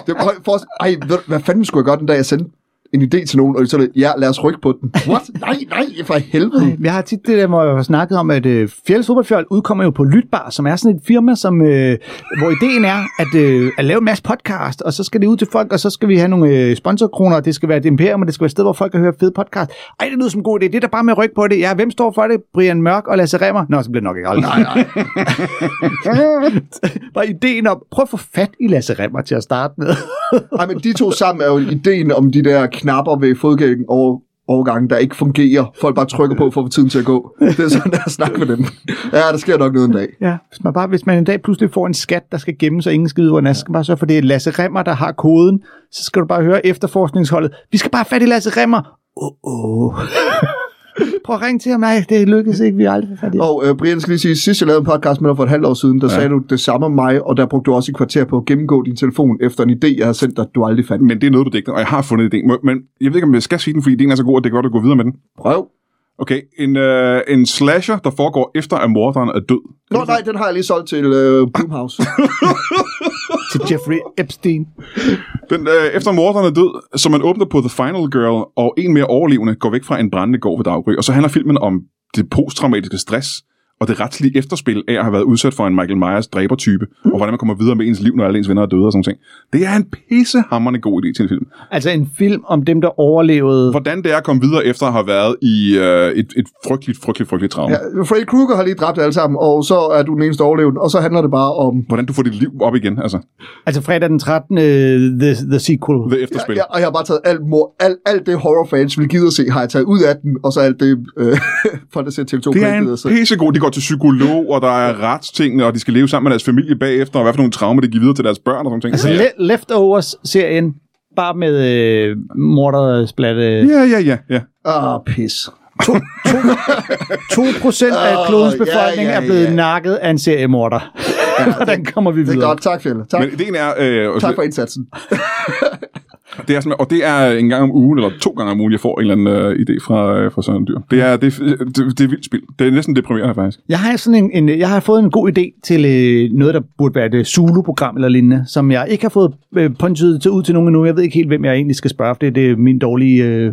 C: Det, prøv, for, ej, ved, du- hvad fanden skulle jeg gøre den dag, jeg sendte en idé til nogen, og så er det, ja, lad os rykke på den. What? Nej, nej, for helvede.
B: Jeg har tit det der, hvor jeg har snakket om, at øh, Fjells Fodboldfjold udkommer jo på Lytbar, som er sådan et firma, som, øh, hvor ideen er at, øh, at lave en masse podcast, og så skal det ud til folk, og så skal vi have nogle øh, sponsorkroner, og det skal være et imperium, og det skal være et sted, hvor folk kan høre fede podcast. Ej, det lyder som en god idé. Det er der bare med at rykke på det. Ja, hvem står for det? Brian Mørk og Lasse Remmer? Nå, så bliver det nok ikke aldrig. Nej, nej. bare ideen om, prøv at få fat i Lasse Remmer til at starte med.
C: Nej, men de to sammen er jo ideen om de der knapper ved fodgængen over overgangen, der ikke fungerer. Folk bare trykker på for at få tiden til at gå. Det er sådan, jeg snakker med dem. Ja, der sker nok noget en dag.
B: Ja, hvis man, bare, hvis man en dag pludselig får en skat, der skal gemmes, og ingen skide, hvor den er, så skal man bare sørge for, at det er Lasse Remmer, der har koden. Så skal du bare høre efterforskningsholdet. Vi skal bare have fat i Lasse Remmer. Åh, oh, oh. Prøv at ringe til ham. Nej, det lykkedes ikke. Vi har aldrig fået fat i ham.
C: Og øh, Brian skal lige sige, sidst jeg lavede en podcast med dig for et halvt år siden, der ja. sagde du det samme om mig, og der brugte du også et kvarter på at gennemgå din telefon efter en idé, jeg havde sendt dig, du aldrig fandt.
A: Men det er noget, du digter, og jeg har fundet idéen. Må- Men jeg ved ikke, om jeg skal sige den, fordi idéen er så god, at det er godt at gå videre med den.
C: Prøv.
A: Okay, en, øh, en slasher, der foregår efter, at morderen er død.
C: Nå nej, den har jeg lige solgt til øh, Blumhouse.
B: Til Jeffrey Epstein.
A: Den, øh, efter morderen er død, så man åbner på The Final Girl, og en mere overlevende går væk fra en brændende gård ved daggry. Og så handler filmen om det posttraumatiske stress, og det retslige efterspil af at have været udsat for en Michael Myers dræbertype, og hvordan man kommer videre med ens liv, når alle ens venner er døde og sådan noget. Det er en pissehammerende god idé til en film.
B: Altså en film om dem, der overlevede.
A: Hvordan det er at komme videre efter at have været i øh, et, et frygteligt, frygteligt, frygteligt traume. Ja.
C: ja, Freddy Krueger har lige dræbt alle sammen, og så er du den eneste overlevende, og så handler det bare om...
A: Hvordan du får dit liv op igen, altså.
B: Altså fredag den 13. øh, The, the Sequel.
A: The efterspil.
C: Ja, og jeg har bare taget alt, mor, alt, alt det horrorfans ville give at se, har jeg taget ud af den, og så alt det, øh, for det ser TV2
A: Det er
C: ikke gider
A: en
C: at se.
A: pissegod. De går til psykolog, og der er retstingene, og de skal leve sammen med deres familie bagefter, og hvad for nogle traumer, de giver videre til deres børn og sådan ting.
B: Altså
A: Ja.
B: le- Leftovers-serien. Bare med øh, mordersplatte.
A: Ja, ja, ja, ja.
C: Ah, pis.
B: 2 procent af
C: Åh,
B: klodens
C: ja,
B: befolkning
C: ja,
B: er blevet
C: ja.
B: nakket af en seriemorder. Hvordan kommer vi
C: Det er
B: videre?
C: godt. Tak, Fjelle. Tak,
A: Men ideen er, øh,
C: tak for indsatsen.
A: det er sådan, og det er en gang om ugen, eller to gange om ugen, jeg får en eller anden øh, idé fra, øh, fra Søren Dyr. Det er, det, det, det er vildt spil. Det er næsten deprimerende, faktisk.
B: Jeg har, sådan en, en, jeg har fået en god idé til øh, noget, der burde være et øh, Zulu-program eller lignende, som jeg ikke har fået øh, punchet til ud til nogen endnu. Jeg ved ikke helt, hvem jeg egentlig skal spørge, for det, det er mine dårlige øh,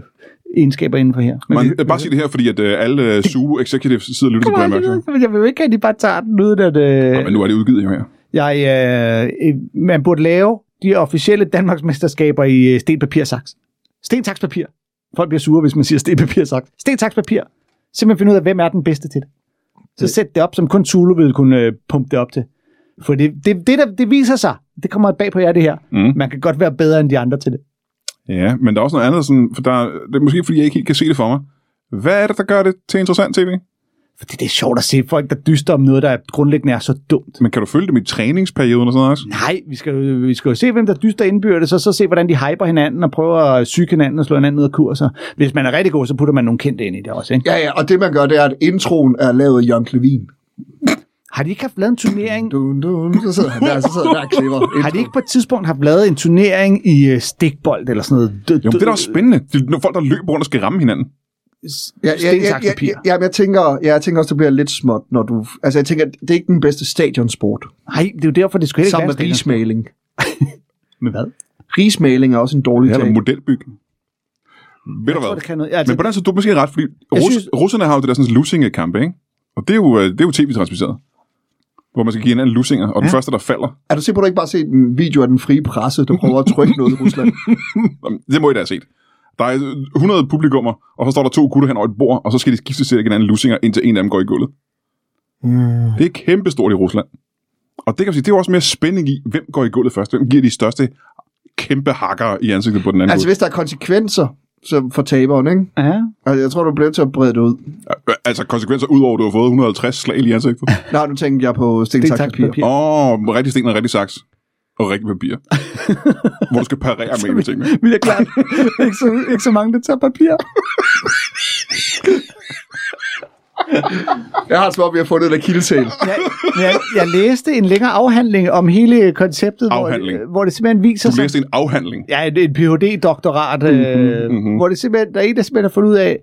B: egenskaber inden for her. Men
A: Man, øh, bare sige det her, fordi at øh, alle øh, Zulu executives sidder og lytter til Brian Mørk. Show.
B: jeg vil jo ikke, at de bare tager den ud, at øh,
A: Men nu er det udgivet jo her.
B: jeg, øh, øh, man burde lave de officielle Danmarksmesterskaber i øh, sten, papir, saks. Sten, saks, papir. Folk bliver sure, hvis man siger sten, papir, saks. Sten, saks, papir. Simpelthen finde ud af, hvem er den bedste til det. Så sæt det op, som kun Zulu ville kunne øh, pumpe det op til. For det, det, det, der, det viser sig, det kommer bag på jer, det her.
A: Mm.
B: Man kan godt være bedre end de andre til det.
A: Ja, men der er også noget andet, sådan, for der, det er måske fordi, jeg ikke helt kan se det for mig. Hvad er det, der gør det til interessant tv?
B: Fordi det er sjovt at se folk, der dyster om noget, der er grundlæggende er så dumt.
A: Men kan du følge dem i træningsperioden og sådan noget også?
B: Nej, vi skal, jo- vi skal jo se, hvem der dyster indbyrdes, og så se, hvordan de hyper hinanden og prøver at syge hinanden og slå hinanden ud af kurser. Hvis man er rigtig god, så putter man nogle kendte ind i det også, ikke?
C: Ja, ja, og det man gør, det er, at introen er lavet af Jørgen Klevin.
B: Har de ikke haft lavet en
A: Mm,
B: turnering?
C: Dun, dun, så sidder han der, så sidder han der og klipper.
B: Har de ikke på et tidspunkt haft lavet en turnering i øh, stikbold eller sådan noget? D-
A: Jo, men det er da også spændende. Det er nogle folk, der løber rundt og skal ramme hinanden.
C: Ja, ja, ja, ja,
B: Stensaks
C: ja,
B: papir.
C: ja, men jeg tænker, ja, jeg tænker også, det bliver lidt småt, når du... Altså, jeg tænker, det er ikke den bedste stadionsport.
B: Nej, det er jo derfor, det skulle heller
C: Sammen
B: ikke
C: med
B: være en sten-
C: rismaling.
B: Med hvad?
C: Rismaling er også en dårlig
A: Det er da
C: ting.
A: modelbygning. Ved du
B: Jeg tror,
A: hvad?
B: det kan noget. Altså,
A: Men på den anden side, du er måske ret, fordi rus, synes...
B: synes-
A: russerne har jo det der sådan lusinge-kampe, ikke? Og det er jo, øh, det er jo tv-transmitteret. Hvor man skal give hinanden lusinger, og den første, der falder,
C: Er du sikker på, at du ikke bare har set en video af den frie presse, der prøver at trykke noget i Rusland?
A: Jamen, det må I da have set. Der er øh, 100 publikummer, og så står der to gutter hen over et bord, og så skal de skifte til at give hinanden lusinger, indtil en af dem går i gulvet. Mm. Det er kæmpestort i Rusland. Og det kan man sige, det er jo også mere spænding i, hvem går i gulvet først, hvem giver de største kæmpe hakker i ansigtet på den anden
C: altså,
A: altså,
C: hvis der er konsekvenser så for taberen, ikke?
B: Ja.
C: Altså, jeg tror, du bliver nødt til at brede det ud.
A: altså konsekvenser udover, at du har fået 150 slag i ansigtet.
C: Nej, nu tænker jeg på sten, saks, papir.
B: Stensaks-papir.
A: Åh, oh, rigtig sten og rigtig saks. Og rigtig papir. Hvor du skal parere med en ting.
B: Vi er klart. ikke, så, ikke så mange, der tager papir.
C: Jeg har svært ved at få det der kildetale.
B: Jeg, jeg, jeg læste en længere afhandling om hele konceptet, hvor,
A: Afhandling.
B: det- hvor det simpelthen viser
A: Du
B: sig...
A: læste en afhandling.
B: Ja, et, et Ph.D.-doktorat, mm-hmm, øh,
A: mhm.
B: mm-hmm. hvor det simpelthen, der er en, der simpelthen har fundet ud af,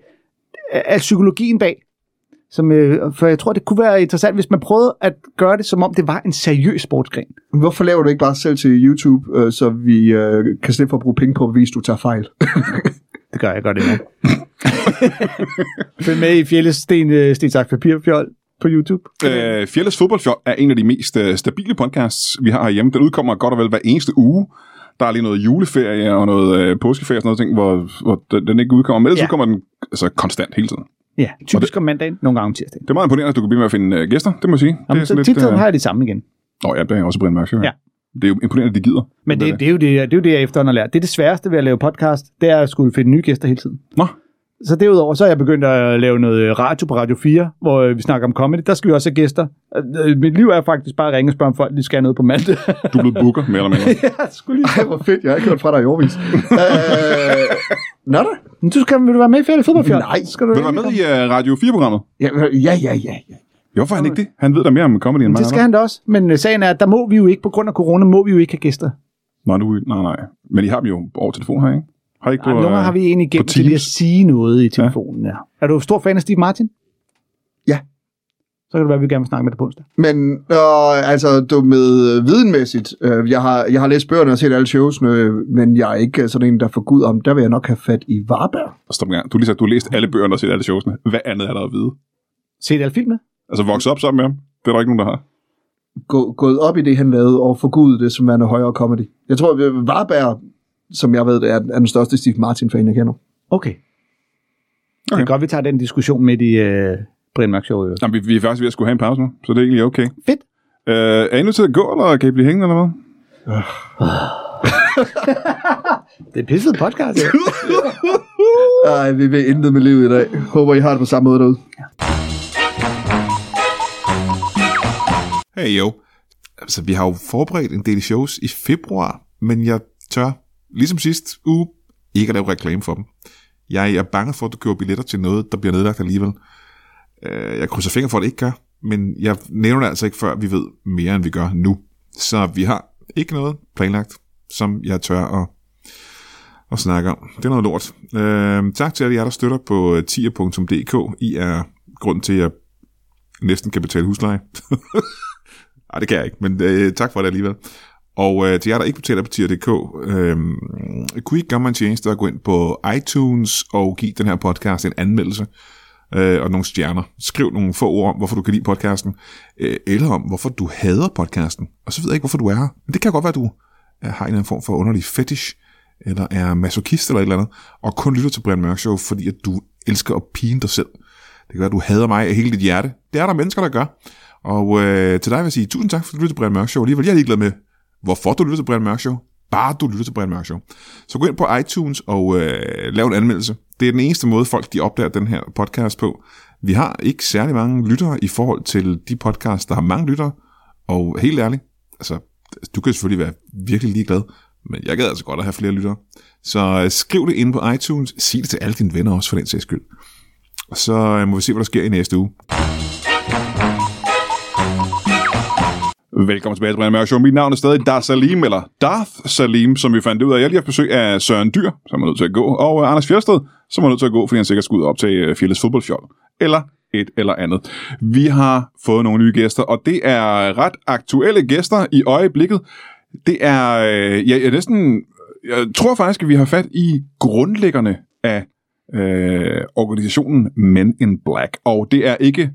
B: af psykologien bag. Som, øh, for jeg tror, det kunne være interessant, hvis man prøvede at gøre det, som om det var en seriøs sportsgren.
C: Hvorfor laver du ikke bare selv til YouTube, øh, så vi øh, kan slippe for at bruge penge på, hvis du tager fejl?
B: Det gør jeg godt endnu. Følg med i Fjelles Sten, øh, Sten Saks Papirfjold på YouTube.
A: Øh, Fjelles Fodboldfjol er en af de mest øh, stabile podcasts, vi har herhjemme. Den udkommer godt og vel hver eneste uge. Der er lige noget juleferie og noget øh, påskeferie og sådan noget ting, hvor, hvor den- den ikke udkommer. Men ellers ja.
B: Ja.
A: udkommer den altså, konstant hele tiden.
B: Ja, typisk om mandagen, nogle gange om tirsdagen.
A: Det er meget imponerende, at du kan blive med at finde øh, gæster, det må jeg sige. det
B: Jamen,
A: sådan
B: så tit
A: øh,
B: øh... har jeg det samme igen.
A: Nå ja, det er også Brian Mørk. Ja.
B: Ja.
A: Det er jo imponerende, at de gider.
B: Men det, det, er jo det, det er jo det, jeg efterhånden har lært. Det er det sværeste ved at lave podcast, det er at skulle finde nye gæster hele tiden.
A: Nå.
B: Så derudover, så er jeg begyndt at lave noget øh, radio på Radio 4, hvor øh, vi snakker om comedy. Der skal vi også have gæster. Øh, Mit liv er faktisk bare at ringe og spørge, om folk de skal noget på mandag.
A: Du er blevet booker, mere eller mindre.
B: jeg skulle lige...
C: Ej, hvor fedt. Jeg har ikke hørt fra dig i årvis. øh, Nå da.
B: Men du skal, vil du være med i Fjerde Fodboldfjord?
C: Nej.
B: Skal du
A: Vil du være med i uh, Radio 4-programmet?
C: Ja, ja, ja, ja. ja.
A: Hvorfor er han ikke det? Han ved da mere om comedy end mig.
B: Det skal han da også, men øh, sagen er, at der må vi jo ikke, på grund af corona, må vi jo ikke have gæster.
A: eller? Nå, nu, nej, nej. Men I har dem jo over telefon her, ikke? Har I ikke
B: Ej,
A: på,
B: nogle gange har vi en igennem
A: på
B: til lige at
A: Teams.
B: sige noget i telefonen. Ja. Er du stor fan af Steve Martin?
C: Ja.
B: Så kan det være, at vi gerne vil snakke med dig på onsdag.
C: Men øh, altså, du med øh, videnmæssigt, øh, jeg, har, jeg har læst bøgerne og set alle showsene, øh, men jeg er ikke øh, sådan en, der får gud om, der vil jeg nok have fat i Varberg.
A: Stop en gang. Du, har lige sagt, du har læst alle bøgerne og set alle showsene. Hvad andet er der at vide?
B: Se alle filmene?
A: Altså vokset op sammen med ham? Det er der ikke nogen, der har.
C: Gå, gået op i det, han lavede, og forgudet det som værende højere comedy. Jeg tror, øh, Varberg, som jeg ved, er, er den største Steve Martin-fan, jeg kender.
B: Okay. okay. Det
A: Okay.
B: er godt, vi tager den diskussion midt i øh, Brian Mørk Show. i øvrigt.
A: Jamen, vi, vi er faktisk ved at skulle have en pause nu, så det er egentlig okay.
B: Fedt.
A: Øh, er I nødt til at gå, eller kan I blive hængende, eller hvad?
B: Det er pisset podcast. ja.
C: Ej, vi vil intet med livet i dag. Håber, I har det på samme måde derude.
D: Hey jo. Altså, vi har jo forberedt en del shows i februar, men jeg tør, ligesom sidst uge, ikke at lave reklame for dem. Jeg er bange for, at du køber billetter til noget, der bliver nedlagt alligevel. Øh, Jeg krydser fingre for, at det ikke gør, men jeg nævner det altså ikke, før vi ved mere, end vi gør nu. Så vi har ikke noget planlagt, som jeg tør at, at snakke om. Det er noget lort. Øh, tak til alle jer, der støtter på øh, tier.dk. I er grund til, at jeg næsten kan betale husleje. Nej, det kan jeg ikke, men øh, tak for det alligevel. Og øh, til jer, der ikke betaler på tier.dk, øh, kunne I ikke gøre mig en tjeneste at gå ind på iTunes og give den her podcast en anmeldelse øh, og nogle stjerner. Skriv nogle få ord om, hvorfor du kan lide podcasten, øh, eller om, hvorfor du hader podcasten. Og så ved jeg ikke, hvorfor du er her. Men det kan godt være, at du øh, har en eller anden form for underlig fetish, eller er masochist eller et eller andet, og kun lytter til Brian Mørk Show, fordi at du elsker at pine dig selv. Det kan være, at du hader mig af hele dit hjerte. Det er der mennesker, der gør. Og øh, til dig vil jeg sige, tusind tak for, at du lytter til Brian Mørk Show. Alligevel, jeg er ligeglad med, hvorfor du lytter til Brian Mørk Show. Bare du lytter til Brian Mørk Show. Så gå ind på iTunes og øh, lav en anmeldelse. Det er den eneste måde, folk de opdager den her podcast på. Vi har ikke særlig mange lyttere i forhold til de podcasts, der har mange lyttere. Og helt ærligt, altså, du kan selvfølgelig være virkelig ligeglad, men jeg gad altså godt at have flere lyttere. Så øh, skriv det inde på iTunes. Sig det til alle dine venner også, for den sags skyld. Og så øh, må vi se, hvad der sker i næste uge.
A: Velkommen tilbage til Brian Mørk Show. Mit navn er stadig Dar Salim, eller Darth Salim, som vi fandt ud af. Jeg har lige haft besøg af Søren Dyr, som er nødt til at gå, og øh, Anders Fjelsted, som er nødt til at gå, fordi han sikkert skulle ud op til øh, Fjelles fodboldfjold. Eller et eller andet. Vi har fået nogle nye gæster, og det er ret aktuelle gæster i øjeblikket. Det er, øh, jeg, jeg næsten, jeg tror faktisk, at vi har fat i grundlæggerne af øh, organisationen Men in Black. Og det er ikke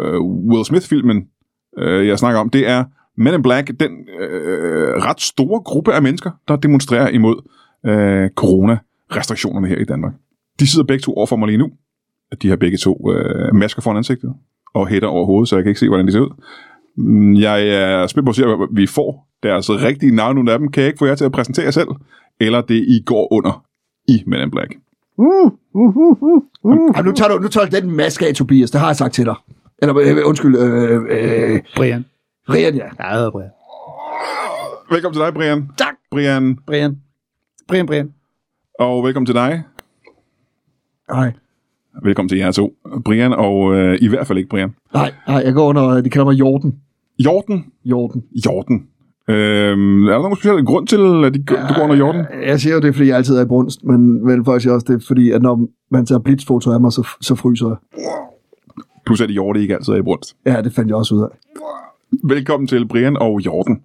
A: øh, Will Smith-filmen, øh, jeg snakker om, det er Men in Black, den øh, ret store gruppe af mennesker, der demonstrerer imod øh, coronarestriktionerne her i Danmark. De sidder begge to overfor mig lige nu. De har begge to øh, masker foran ansigtet og hætter over hovedet, så jeg kan ikke se, hvordan de ser ud. Mm, Jeg er spændt på at se, hvad vi får deres rigtige navn ud af dem. Kan jeg ikke få jer til at præsentere jer selv? Eller det, I går under i Men in Black.
B: Uh, uh, uh, uh, uh.
C: Ej, nu, tager du, nu tager du den maske af, Tobias. Det har jeg sagt til dig. Eller øh, undskyld, øh, øh,
B: Brian.
C: Rian, ja.
B: Ja, jeg hedder Brian.
A: Velkommen til dig, Brian.
B: Tak.
A: Brian,
B: Brian. Brian, Brian.
A: og velkommen til dig,
C: Nej.
A: Velkommen til jer to, Brian, og øh, i hvert fald ikke Brian.
C: Nej, nej, jeg går under, øh, de kalder mig Jordan.
A: Jorten.
C: Jordan.
A: Jorten. Øhm, er der nogen speciel grund til, at de, du går under Jorten?
C: Jeg siger jo det, er, fordi jeg altid er i brunst, men vel faktisk også det, er, fordi at når man tager blitzfoto af mig, så, så fryser jeg.
A: Plus at Jorte ikke altid er i brunst.
C: Ja, det fandt jeg også ud af.
A: Velkommen til Brian og Jorten.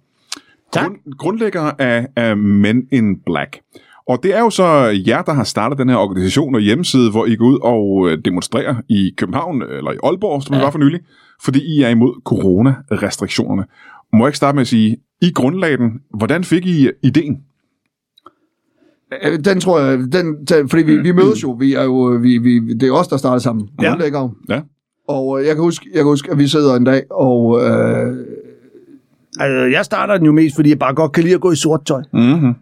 B: Tak.
A: Grund, grundlægger af, af Men in Black. Og det er jo så jer, der har startet den her organisation og hjemmeside, hvor I går ud og øh, demonstrerer i København, eller i Aalborg, som ja. det var for nylig, fordi I er imod coronarestriktionerne. Må jeg ikke starte med at sige, I grundlagde den. Hvordan fik I ideen?
C: Øh, Den tror jeg, den, den, fordi vi, vi mødes jo, vi er jo, øh, vi, vi, det er os, der starter sammen.
B: Ja.
C: Grundlæggere.
A: Mm. Ja.
C: Og øh, jeg kan, huske, jeg kan huske, at vi sidder en dag, og øh,
B: Altså, jeg starter den jo mest, fordi jeg bare godt kan lide at gå i sort tøj.
A: Mm-hmm.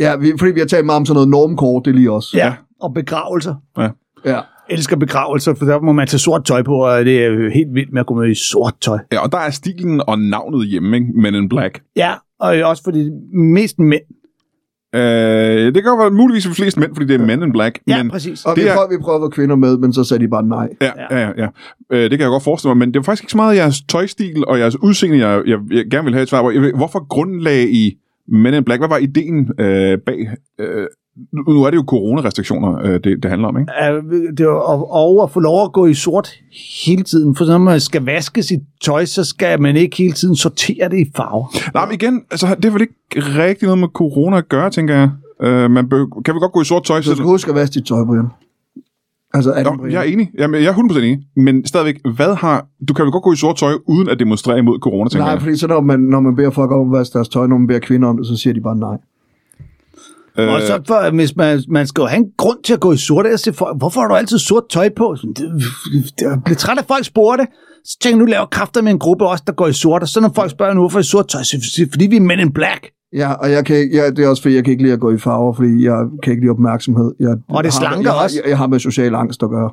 C: ja, vi, fordi vi har talt meget om sådan noget normkort, det er lige os.
B: Ja. Og begravelser.
C: ja.
B: elsker begravelser, for der må man tage sort tøj på, og det er jo helt vildt med at gå med i sort tøj.
A: Ja, og der er stilen og navnet hjemme, ikke? Men in Black.
B: Ja, og også fordi mest mænd.
A: Øh, det kan godt være muligvis for flest mænd, fordi det er Men in Black.
B: Ja,
A: men,
B: præcis.
C: Og
A: Det
C: vi,
A: er-
C: prøvede, vi prøvede at få kvinder med, men så sagde de bare nej.
A: Ja, ja, ja. ja. Øh, det kan jeg godt forestille mig, men det var faktisk ikke så meget jeres tøjstil og jeres udseende, jeg, jeg, jeg gerne vil have et svar på. Jeg ved, hvorfor grundlag i Men in Black? Hvad var ideen øh, bag? Øh, nu nu er det jo coronarestriktioner, øh, det, det handler om, ikke?
B: Er- øh, Det var og- og at få lov at gå i sort hele tiden, for når man skal vaske sit tøj, så skal man ikke hele tiden sortere det i farver.
A: Nej, men igen, altså, det er vel ikke rigtig noget med corona at gøre, tænker jeg. Øh, man beh- kan vi godt gå i sort tøj?
C: Så du skal huske at vaske dit tøj, Brian. Altså, anden
A: Nå,
C: Brian.
A: jeg er enig. Jamen, jeg er 100% enig. Men stadigvæk, hvad har... Du kan vel godt gå i sort tøj, uden at demonstrere imod corona, tænker
C: Nej,
A: jeg.
C: fordi så når man, når man beder folk om at vaske deres tøj, når man beder kvinder om det, så siger de bare nej.
A: Øh,
B: Og så for, hvis man, man skal jo have en grund til at gå i sort, ellers siger folk, hvorfor har du altid sort tøj på? Sådan, Det, det, jeg bliver træt af, at folk spørger det. Så tænker jeg, nu laver kræfter med en gruppe også, der går i sort, og så når folk spørger, nu, hvorfor er I sort tøj, så siger jeg, fordi vi er men in black.
C: Ja, og jeg kan, ikke- ja, det er også fordi, jeg kan ikke lide at gå i farver, fordi jeg kan ikke lide opmærksomhed. Jeg,
B: Og det
C: har-
B: slanker
C: jeg,
B: også.
C: Jeg, jeg, har med social angst at gøre.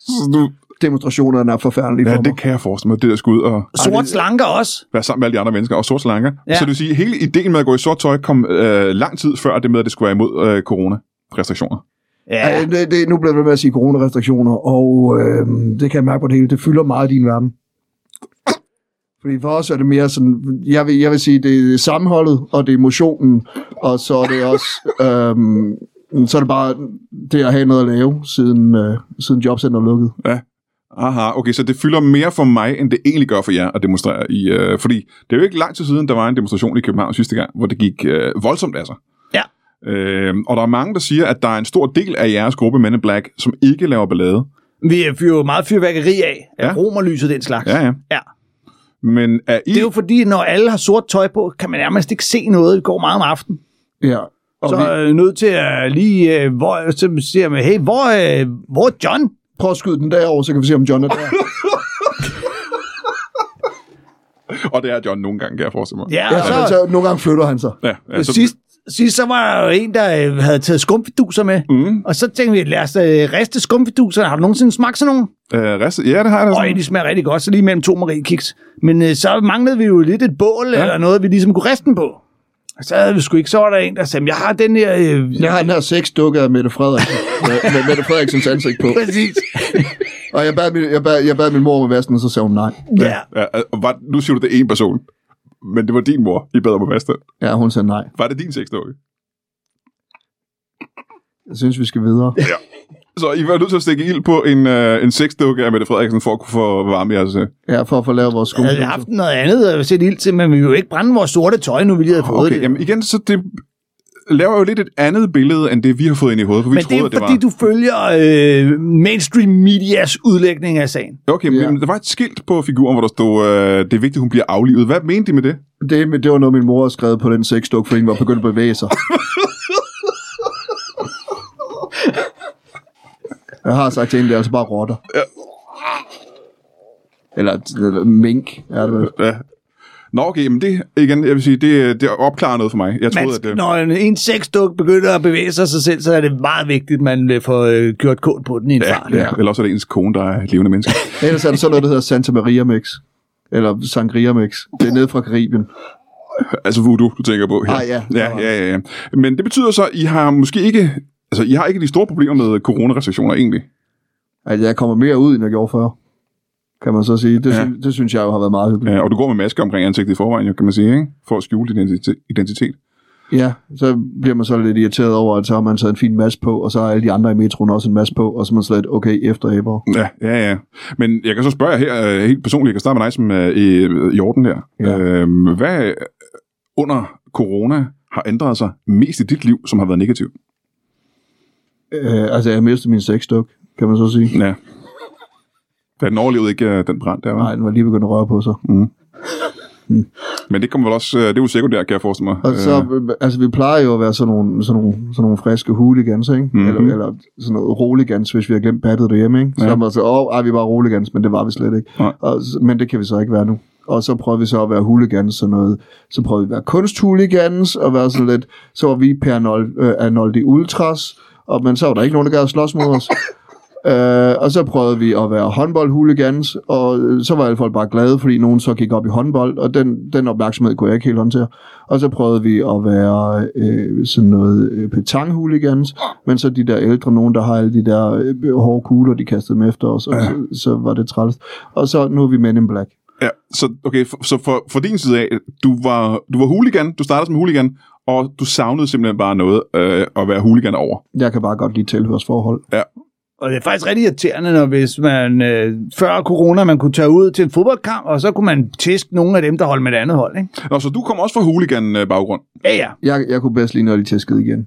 A: så du,
C: Demonstrationerne er forfærdelige
A: ja,
C: for mig.
A: det kan jeg forestille mig. Det der skud og
B: Sort slanker også.
A: være sammen med alle de andre mennesker, og sort slanker. Ja.
B: Ja.
A: Så det vil sige, hele ideen med at gå i sort tøj kom øh, lang tid før det med, at det skulle være imod øh, corona-restriktioner.
C: Ja. Øh, Det, det, nu bliver det med at sige coronarestriktioner, og øh, det kan jeg mærke på det hele. Det fylder meget i din verden. Fordi for os er det mere sådan, jeg vil, jeg vil sige, det er sammenholdet, og det er emotionen, og så er det også, øh, så er det bare det at have noget at lave, siden, øh, siden jobcenter lukkede.
A: Aha, okay, så det fylder mere for mig, end det egentlig gør for jer at demonstrere i. Øh, fordi det er jo ikke lang tid siden, der var en demonstration i København sidste gang, hvor det gik øh, voldsomt af sig.
B: Ja.
A: Øh, og der er mange, der siger, at der er en stor del af jeres gruppe Men in Black, som ikke laver ballade.
B: Vi fyrer jo meget fyrværkeri af, af
A: Ja.
B: ja. romerlys og den slags.
A: Ja, ja.
B: ja.
A: Men er I...
B: Det er jo fordi, når alle har sort tøj på, kan man nærmest ikke se noget. Vi går meget om aftenen.
C: Ja.
B: Og
C: Og
B: så
C: vi-
B: er vi... nødt til at lige, øh, hvor, så siger man, hey, hvor, øh, hvor er John?
C: Prøv at skyde den derover, så kan vi se, om John er der.
A: Og det er John nogle gange, kan jeg forestille mig.
B: Ja,
C: Ja,
B: og
C: så,
B: så,
C: så nogle gange flytter han sig.
A: Ja, ja, så,
B: sidst, sidst så var der jo en, der øh, havde taget skumfiduser med.
A: Mm.
B: Og så tænkte vi, lad os øh, riste skumfiduser. Har du nogensinde smagt sådan nogen?
A: øh, resten, ja, det har jeg da.
B: Og
A: sådan.
B: de smager rigtig godt, så lige mellem to mariekiks. Men øh, så manglede vi jo lidt et bål
A: Ja.
B: ja. eller noget, vi ligesom kunne riste den på. Og så havde vi sgu ikke, så var der en, der sagde, jeg har den her... Øh,
C: Jeg har den her seks dukker af Mette Frederiksen, med, med Mette Frederiksens ansigt på.
B: Præcis.
C: Og jeg bad, min, jeg, bad, jeg bad min mor om at vaske den, og så sagde hun nej.
B: Ja.
A: Ja, og var, nu siger du, det er en person. Men det var din mor, I bad om at vaske den.
C: Ja, hun sagde nej.
A: Var det din sexdukke?
C: Jeg synes, vi skal videre.
A: Så I var nødt til at stikke ild på en, øh, en sexdukke af Mette Frederiksen, for at kunne få varme jeres... Øh.
C: Ja, for at få lavet vores
B: Vi havde
C: skumfilm.
B: vi haft noget andet at sætte ild til, men vi ville jo ikke brænde vores sorte tøj, nu vi lige havde fået
A: Okay,
B: det.
A: jamen igen, så det laver jo lidt et andet billede, end det vi har fået ind i hovedet, for vi
B: men det
A: troede,
B: er
A: at det
B: fordi,
A: var...
B: du følger øh, mainstream medias udlægning af sagen.
A: Okay, men
C: Ja.
A: der var et skilt på figuren, hvor der stod, øh, det er vigtigt, hun bliver aflivet. Hvad mente de med det?
C: Det, med- det var noget, min mor havde skrevet på den sexduk, fordi hun var begyndt at bevæge sig. Jeg har sagt til hende, det er altså bare rotter. Eller, eller mink, er det vel?
A: Ja. Nå, okay, men det, igen, jeg vil sige, det, det opklarer noget for mig. Jeg troede,
B: Man,
A: at øh, det...
B: når en, en sexduk begynder at bevæge sig sig selv, så er det meget vigtigt, at man øh, får øh, gjort kål på den i en
A: Ja,
B: fart.
A: ja, eller også er det ens kone, der er et levende menneske.
C: Ellers er der sådan noget, der hedder Santa Maria Mix. Eller Sangria Mix. Det er nede fra Karibien.
A: Altså voodoo, du tænker på her.
C: Ah, ja.
A: ja, ja, ja, ja. Men det betyder så, at I har måske ikke... Altså, I har ikke de store problemer med coronarestriktioner egentlig.
C: at jeg kommer mere ud, end jeg gjorde før, kan man så sige. Det, ja. synes, det synes jeg jo har været meget hyggeligt.
A: Ja, og du går med maske omkring ansigtet i forvejen, jo, kan man sige, ikke? For at skjule din identite- identitet.
C: Ja, så bliver man så lidt irriteret over, at så har man taget en fin maske på, og så har alle de andre i metroen også en maske på, og så er man slet, okay, efter æber.
A: Ja, ja, ja. Men jeg kan så spørge jer her, øh, helt personligt, jeg kan starte med dig som øh, i, i orden her. Ja.
C: Ja.
A: Øhm, hvad øh, under corona har ændret sig mest i dit liv, som har været negativt?
C: Øh, altså, jeg mistede min sexduk, kan man så sige.
A: Ja. Da den overlevede ikke øh, den brand der, var.
C: Nej, den var lige begyndt at røre på sig.
A: Men det kommer vel også, øh, det er jo sekundært, kan jeg forestille mig.
C: Og så, øh. altså vi plejer jo at være sådan nogle, sådan nogle, sådan nogle friske hooligans, ikke?
A: Mhm.
C: Mm-hmm. Eller, eller sådan noget roligans, hvis vi har glemt battet derhjemme, ikke? Så
A: Ja.
C: ja. man så, åh, ej, vi var roligans, men det var vi slet ikke.
A: Nej.
C: Og, s- men det kan vi så ikke være nu. Og så prøvede vi så at være hooligans sådan noget. Så prøvede vi at være kunsthooligans, og være sådan lidt, så var vi Per Nol, øh, Arnoldi Ultras, og, men så var der ikke nogen, der gad at slås mod os. Øh, og så prøvede vi at være håndboldhooligans, og øh, så var alle folk bare glade, fordi nogen så gik op i håndbold, og den, den opmærksomhed kunne jeg ikke helt håndtere. Og så prøvede vi at være øh, sådan noget øh, petang-hooligans, men så de der ældre, nogen der har alle de der øh, hårde kugler, de kastede dem efter os, og så, så var det træls. Og så nu er vi Men in Black.
A: Ja, så, okay, for, så for, for din side af, du var, du var hooligan, du startede som hooligan, og du savnede simpelthen bare noget øh, at være hooligan over.
C: Jeg kan bare godt lide tilhørsforhold.
B: Og det er faktisk rigtig irriterende, når hvis man øh, før corona, man kunne tage ud til en fodboldkamp, og så kunne man tæske nogle af dem, der holdt med et andet hold. Ikke?
A: Nå, så du kom også fra øh, hooligan-baggrund.
B: Ja, ja.
C: Jeg, jeg kunne bedst lide, når de tæskede igen.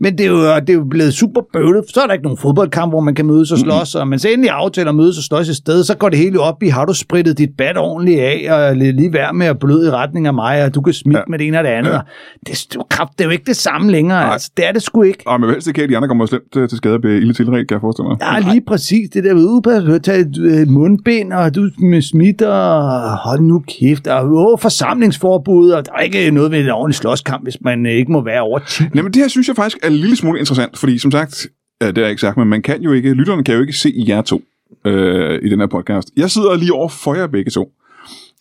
B: Men det er, jo, det er jo blevet super bøvlet. Så er der ikke nogen fodboldkamp, hvor man kan mødes og slås. Og man så endelig aftaler at mødes og slås et sted, så går det hele op i, har du sprittet dit bat ordentligt af, og lige lige vær med at bløde i retning af mig, og du kan smitte
A: Ja.
B: ja. med det ene og det andet. Ja. Det, er jo kraft, det er jo ikke det samme længere.
A: Nej.
B: Altså, det er det sgu ikke.
A: Og man vil helst ikke have, at de andre kommer slemt øh, til skade og bliver ille tilret, kan jeg forestille mig.
B: Ja, lige præcis. Det der med udpas, tage et øh, mundbind, og du med smitter, og hold nu kæft, og åh, forsamlingsforbud, og der er ikke noget ved en ordentlig slåskamp, hvis man øh, ikke må være over 10.
A: Nej, men det her synes jeg faktisk er en lille smule interessant, fordi som sagt, øh, det er ikke sagt, men man kan jo ikke, lytterne kan jo ikke se jer to øh, i den her podcast. Jeg sidder lige over for jer begge to,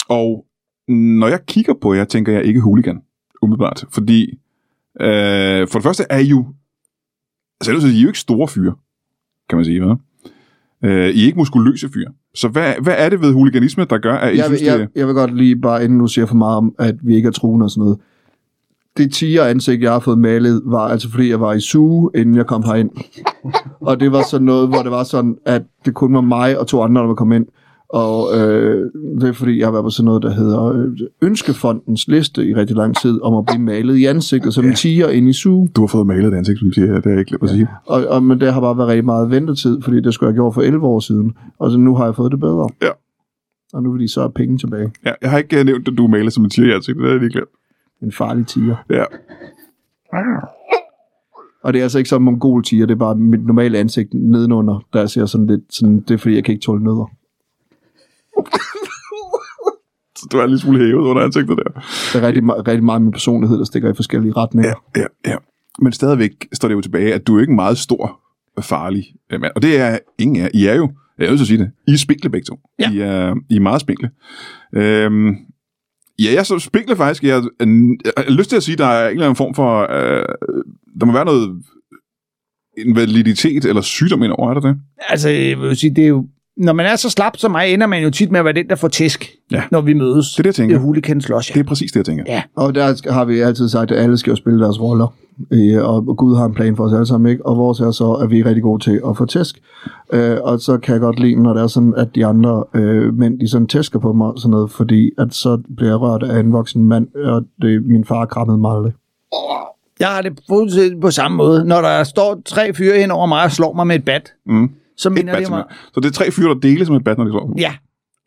A: og når jeg kigger på jer, tænker jeg ikke hooligan, umiddelbart, fordi øh, for det første er I jo, altså jeg vil sige, I er jo ikke store fyre, kan man sige, hvad? Øh, I er ikke muskuløse fyre. Så hvad, hvad er det ved hooliganisme, der gør, at I
C: Jeg,
A: synes,
C: jeg,
A: det
C: jeg, jeg vil godt lige bare, inden du siger for meget om, at vi ikke er truende og sådan noget. Det tiger ansigt, jeg har fået malet, var altså fordi, jeg var i suge, inden jeg kom herind. og det var sådan noget, hvor det var sådan, at det kun var mig og to andre, der var kommet ind. Og øh, det er fordi, jeg har været på sådan noget, der hedder øh, Ønskefondens liste i rigtig lang tid, om at blive malet i ansigtet som en tiger inde i suge.
A: Du har fået malet det ansigt, som du siger, det har jeg ikke glemt at sige.
C: Og, og, men det har bare været rigtig meget ventetid, fordi det skulle jeg have gjort for 11 år siden. Og så nu har jeg fået det bedre.
A: Ja.
C: Og nu vil de så have penge tilbage.
A: Ja, jeg har ikke øh, nævnt, at du er malet som en tiger i ansigtet, det har jeg lige glemt.
C: En farlig tiger.
A: Ja.
C: Og det er altså ikke som mongol tiger, det er bare mit normale ansigt nedenunder, der ser sådan lidt sådan, det er fordi, jeg kan ikke tåle nødder.
A: Så du er lidt smule hævet under ansigtet der.
C: Der er rigtig, me- rigtig meget af min personlighed, der stikker i forskellige retninger.
A: Ja, ja, ja. Men stadigvæk står det jo tilbage, at du er ikke en meget stor og farlig øh, mand. Og det er ingen af I er jo, jeg er nødt til at sige det, I er spinkle begge to.
B: Ja.
A: I, er, I er meget spinkle. Øhm, ja, jeg er så spinkle faktisk. Jeg, er- jeg har lyst til at sige, at der er en eller anden form for, øh, der må være noget invaliditet eller sygdom indover, er der det?
B: Altså, jeg vil jo sige, det er jo, når man er så slap som mig, ender man jo tit med at være den, der får tæsk,
A: Ja.
B: når vi mødes.
A: Det er det, jeg tænker.
B: Det er hulikan slås,
A: Det
B: ja.
A: er præcis det, jeg tænker.
C: Og der har vi altid sagt, at alle skal jo spille deres roller. Øh, Og Gud har en plan for os alle sammen, ikke? Og vores er så, at vi er rigtig gode til at få tæsk. Øh, og så kan jeg godt lide, når det er sådan, at de andre øh, mænd, de sådan tæsker på mig og sådan noget, fordi at så bliver jeg rørt af en voksen mand, og det, min far krammede mig aldrig.
B: Jeg har det fuldstændig på samme måde. Når der står tre fyre hen over mig og slår mig med et bat,
A: Mm.
B: så
A: Et
B: minder
A: bat,
B: det mig...
A: simpelthen. så det er tre fyre, der deles med et bat, når de slår.
B: Ja,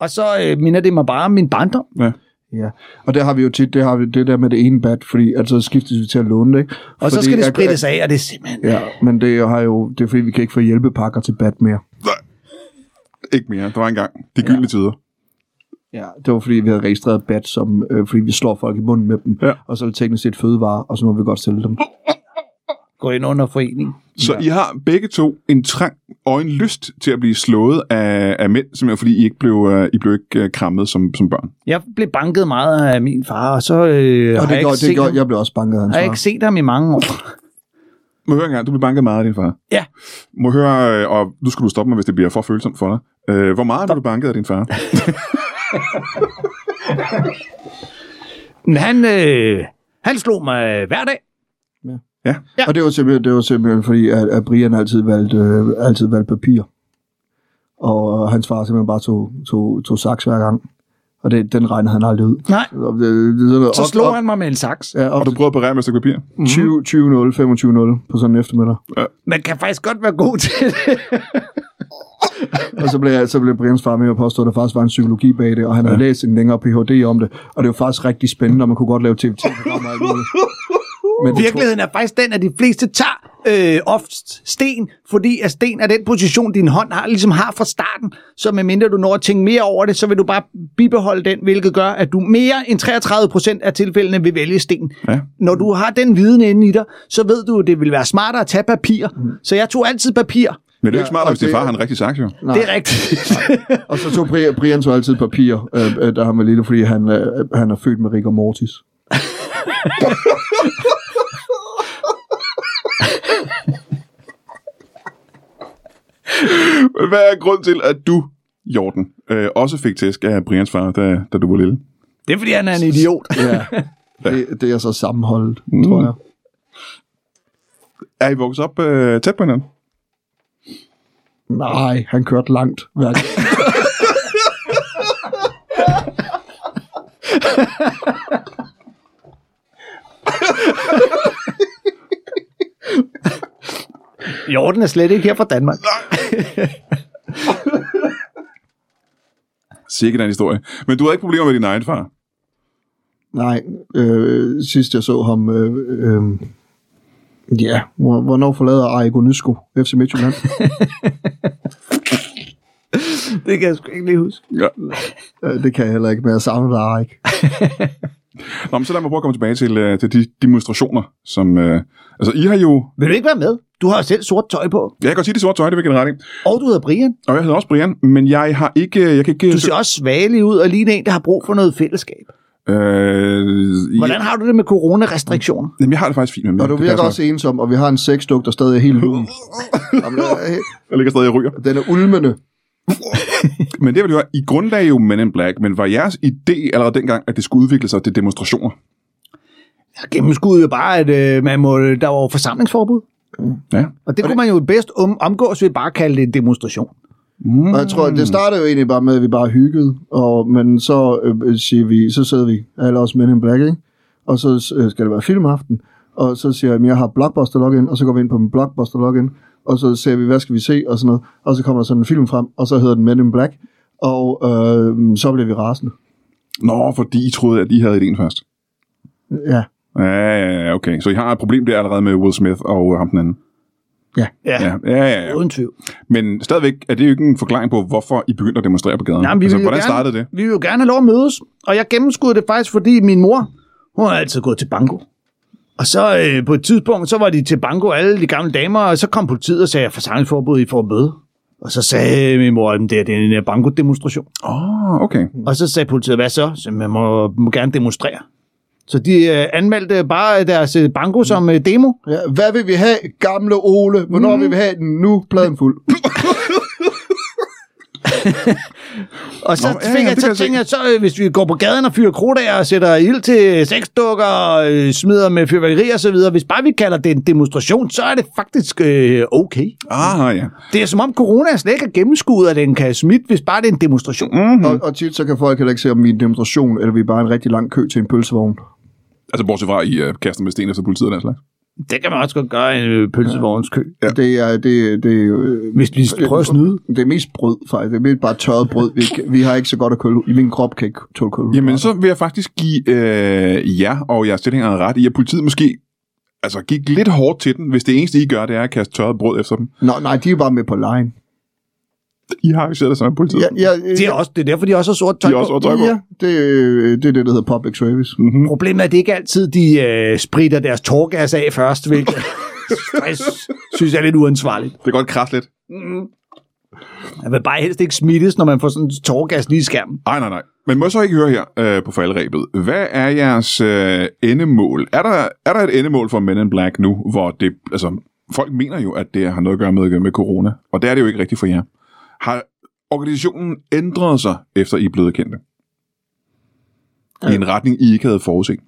B: og så øh, minder det mig bare om min barndom.
A: Ja.
C: Ja, og der har vi jo tit, det har vi det der med det ene bat, fordi at så skiftes vi til at låne det, ikke?
B: Og så
C: Fordi
B: skal det
C: at-
B: sprittes af, og det er simpelthen...
C: Ja, men det har jo, det er fordi, vi kan ikke få hjælpepakker til bat mere.
A: Ikke mere. Der var engang. De gyldne ja. tider.
C: Ja. Det var fordi, vi havde registreret bat, som, øh, fordi vi slår folk i munden med dem,
A: Ja.
C: og så er det teknisk set fødevare, og så må vi godt sælge dem.
B: Gå ind under forening.
A: Så ja. I har begge to en trang og en lyst til at blive slået af, af mænd, simpelthen fordi I ikke blev, uh, I blev ikke uh, krammet som, som børn.
B: Jeg blev banket meget af min far, og så øh,
C: og
B: har
C: det
B: jeg
C: gjorde,
B: ikke
C: det
B: set
C: gjorde,
B: ham-
C: jeg blev også banket af hans
B: har jeg
C: far.
B: ikke set ham i mange år.
A: må høre engang, du blev banket meget af din far.
B: Ja.
A: Må høre, øh, og nu skal du stoppe mig, hvis det bliver for følsomt for dig. Øh, hvor meget er du banket af din far?
B: Men han, øh, han slog mig hver dag. Ja.
C: Og det var simpelthen, det var simpelthen fordi, at, at Brian altid valgte, øh, altid valgte papir. Og hans far simpelthen bare tog, tog, tog saks hver gang. Og det, den regnede han aldrig ud.
B: Nej,
C: Og det- det er sådan noget
E: Så
C: op-
E: slog
C: op-
E: han mig med en saks.
C: Ja, op
A: og du prøver at berære med et stykke papir?
C: 20, 20-0, 25-0 på sådan en eftermiddag.
E: Man kan faktisk godt være god til det.
C: Og så blev, så blev Brians far med at påstå, at der faktisk var en psykologi bag det, og han havde ja. læst en længere Ph.D. om det, og det var faktisk rigtig spændende, og man kunne godt lave TV-programmer og alt muligt. Men det tror-
B: Virkeligheden er faktisk den, at de fleste tager øh, oftest sten, fordi at sten er den position, din hånd har, ligesom har fra starten. Så medmindre du når at tænke mere over det, så vil du bare bibeholde den, hvilket gør, at du mere end 33 procent af tilfældene vil vælge sten.
A: Ja.
B: Når du har den viden inde i dig, så ved du, at det vil være smartere at tage papir.
C: Mm.
B: Så jeg tog altid papir.
A: Men det er jo ikke
C: Ja,
A: smart,
C: og
A: hvis din
C: det-
A: far har en rigtig saks, jo.
C: Nej.
B: Det er rigtigt.
C: Og så tog Brian, Brian så altid papir, øh, øh, der har man lille, fordi han, øh, han er født med rigor mortis.
A: Hvad er grund til, at du, Jorten, øh, også fik tæsk af Brians far, da, da du var lille?
B: Det er, fordi han er en idiot.
C: Ja. Det, det er så sammenholdet, mm. tror jeg.
A: Er I vokset op øh, tæt på hinanden?
C: Nej, han kørte langt. hver gang.
B: Jorten er slet ikke her fra Danmark.
A: Sikkert en historie. Men du havde ikke problemer med din egen far.
C: Nej, øh, sidst jeg så ham... Øh, øh, ja, hvor- hvornår forlader Arigo Nysko FC Midtjylland?
B: Det kan jeg sgu ikke lige huske.
A: Ja.
C: Øh, det kan jeg heller ikke, men jeg savner dig, Arik.
A: Nå, men så lad mig prøve at komme tilbage til, øh, til de demonstrationer, som... Øh, altså, I har jo...
B: Vil du ikke være med? Du har jo selv sort tøj på.
A: Ja, jeg kan godt sige, det sorte tøj, det vil jeg give dig ret i.
B: Og du hedder Brian.
A: Og jeg hedder også Brian, men jeg har ikke... Jeg kan ikke
B: Du ser også svagelig ud og ligner en, der har brug for noget fællesskab.
A: Øh,
B: Hvordan
A: Ja,
B: har du det med coronarestriktioner?
A: jamen, jeg har det faktisk fint med mig.
C: Og du
A: Det
C: virker
A: passer
C: også ensom, og vi har en sexduk, der stadig er helt lun. Jamen, den er-
A: nok. Jeg ligger stadig og ryger.
C: Den er ulmende.
A: Men det vil jeg høre, I grundlag jo Men in Black, men var jeres idé allerede dengang, at det skulle udvikle sig til demonstrationer?
B: Jeg gennemskudde jo bare, at øh, man må, der var jo forsamlingsforbud.
A: Ja.
B: Og det kunne man jo bedst um, omgås ved bare at kalde det en demonstration.
C: Og jeg tror, at det startede jo egentlig bare med, at vi bare hyggede, og, men så øh, siger vi, så sidder vi, alle os Men in Black, ikke? og så øh, skal det være filmaften, og så siger jeg, at jeg har Blockbuster login, og så går vi ind på min Blockbuster login, og så ser vi, hvad skal vi se, og sådan noget, og så kommer der sådan en film frem, og så hedder den Men in Black, og øh, så bliver vi rasende.
A: Nå, fordi I troede, at I havde idéen først.
C: Ja,
A: Ja, ja, ja, okay. Så I har et problem der allerede med Will Smith og øh, ham den anden. Ja, ja, ja. ja.
B: Uden tvivl.
A: Men stadigvæk er det jo ikke en forklaring på, hvorfor I begyndte at demonstrere på gaden.
B: Nej, men vi
A: altså,
B: vil jo
A: hvordan
B: gerne-
A: startede det?
B: Vi vil jo gerne have lov at mødes, og jeg gennemskudde det faktisk, fordi min mor, hun har altid gået til banko. Og så øh, på et tidspunkt, så var de til banko, alle de gamle damer, og så kom politiet og sagde, forsamlingsforbud, I får bøde. Og så sagde min mor, at det er det er en øh, bankodemonstration.
A: Åh, oh, okay.
B: Og så sagde politiet, hvad så? Så man må, må gerne demonstrere. Så de øh, anmeldte bare deres øh, banko som øh, demo.
C: ja. Hvad vil vi have, gamle Ole? Hvornår mm. vil vi have den nu? Pladen fuld.
B: Og så,
A: Nå, ja,
B: Nå, fik
A: ja, det
B: jeg,
A: kan
B: så
A: jeg se.
B: tænkte jeg, så øh, hvis vi går på gaden og fyrer krudt af og sætter ild til sexdukker og øh, smider med fyrværkeri og så videre, hvis bare vi kalder det en demonstration, så er det faktisk øh, okay.
A: Ah, ja.
B: Det er som om corona slet ikke er gennemskuddet, at den kan smitte, hvis bare det er en demonstration.
A: Mm-hmm.
C: Og, og tit så kan folk heller ikke se, om vi er en demonstration, eller vi er bare en rigtig lang kø til en pølsevogn.
A: Altså, bortset fra, at I øh, kaster med sten efter politiet og den slags.
B: Det kan man også godt gøre i en øh, pølsevognskø.
C: Ja. Det er, det, det er jo... øh,
B: Hvis vi prøver at snyde.
C: Det er mest brød, faktisk. Det er mest bare tørret brød. Vi, ikke- vi har ikke så godt at køle. Min krop kan ikke tåle køle.
A: Jamen, så vil jeg faktisk give øh, jer og jeres tilhængere ret i, at politiet måske altså, gik lidt hårdt til den, hvis det eneste, I gør, det er at kaste tørret brød efter dem.
C: Nå, nej, de er bare med på lejen.
A: I har jo selv det samme politi.
C: Ja,
A: Ja,
C: ja,
B: Det er, også, det er derfor, de også har sort tøj
A: de er
B: på.
A: også over tøj på.
C: ja det, øh, det er det, der hedder public service.
A: Mm-hmm.
B: Problemet er, at det ikke altid, de øh, spritter deres torgas af først, hvilket stress, synes jeg er lidt uansvarligt.
A: Det kan godt krasse lidt.
B: Man vil bare helst ikke smittes, når man får sådan en torgas lige i skærmen.
A: Ej, nej, nej. Men må jeg så ikke høre her øh, på faldrebet. Hvad er jeres øh, endemål? Er der, er der et endemål for Men in Black nu, hvor det, altså, folk mener jo, at det har noget at gøre med, med corona, og det er det jo ikke rigtigt for jer. Har organisationen ændret sig, efter I er blevet kendte? I en retning, I ikke havde forudset.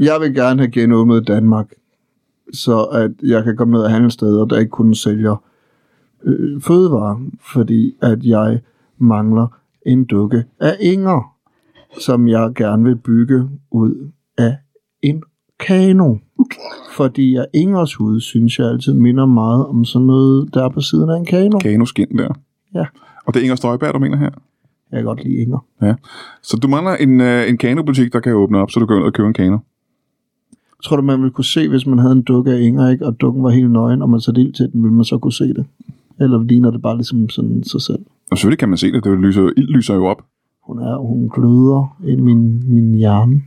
C: Jeg vil gerne have genåbnet Danmark, så at jeg kan komme ned af handelssteder, der ikke kun sælger øh, fødevarer, fordi at jeg mangler en dukke af inger, som jeg gerne vil bygge ud af en kano. Fordi at ingers hud, synes jeg altid minder meget om sådan noget, der er på siden af en kano.
A: Kanoskin der.
C: Ja.
A: Og det er Inger Støjberg, du mener her.
C: Jeg kan godt lide inger.
A: Så du mangler en, øh, en kanobutik, der kan åbne op, så du kan gå ned og købe en kano.
C: Tror du, man ville kunne se, hvis man havde en dukke af Inger, ikke? og dukken var helt nøgen, og man satte ild til den, ville man så kunne se det? Eller ligner det bare ligesom sådan sig selv?
A: Og selvfølgelig kan man se det, det lyser, ild lyser jo op.
C: Hun er, hun gløder ind i min, min hjerne.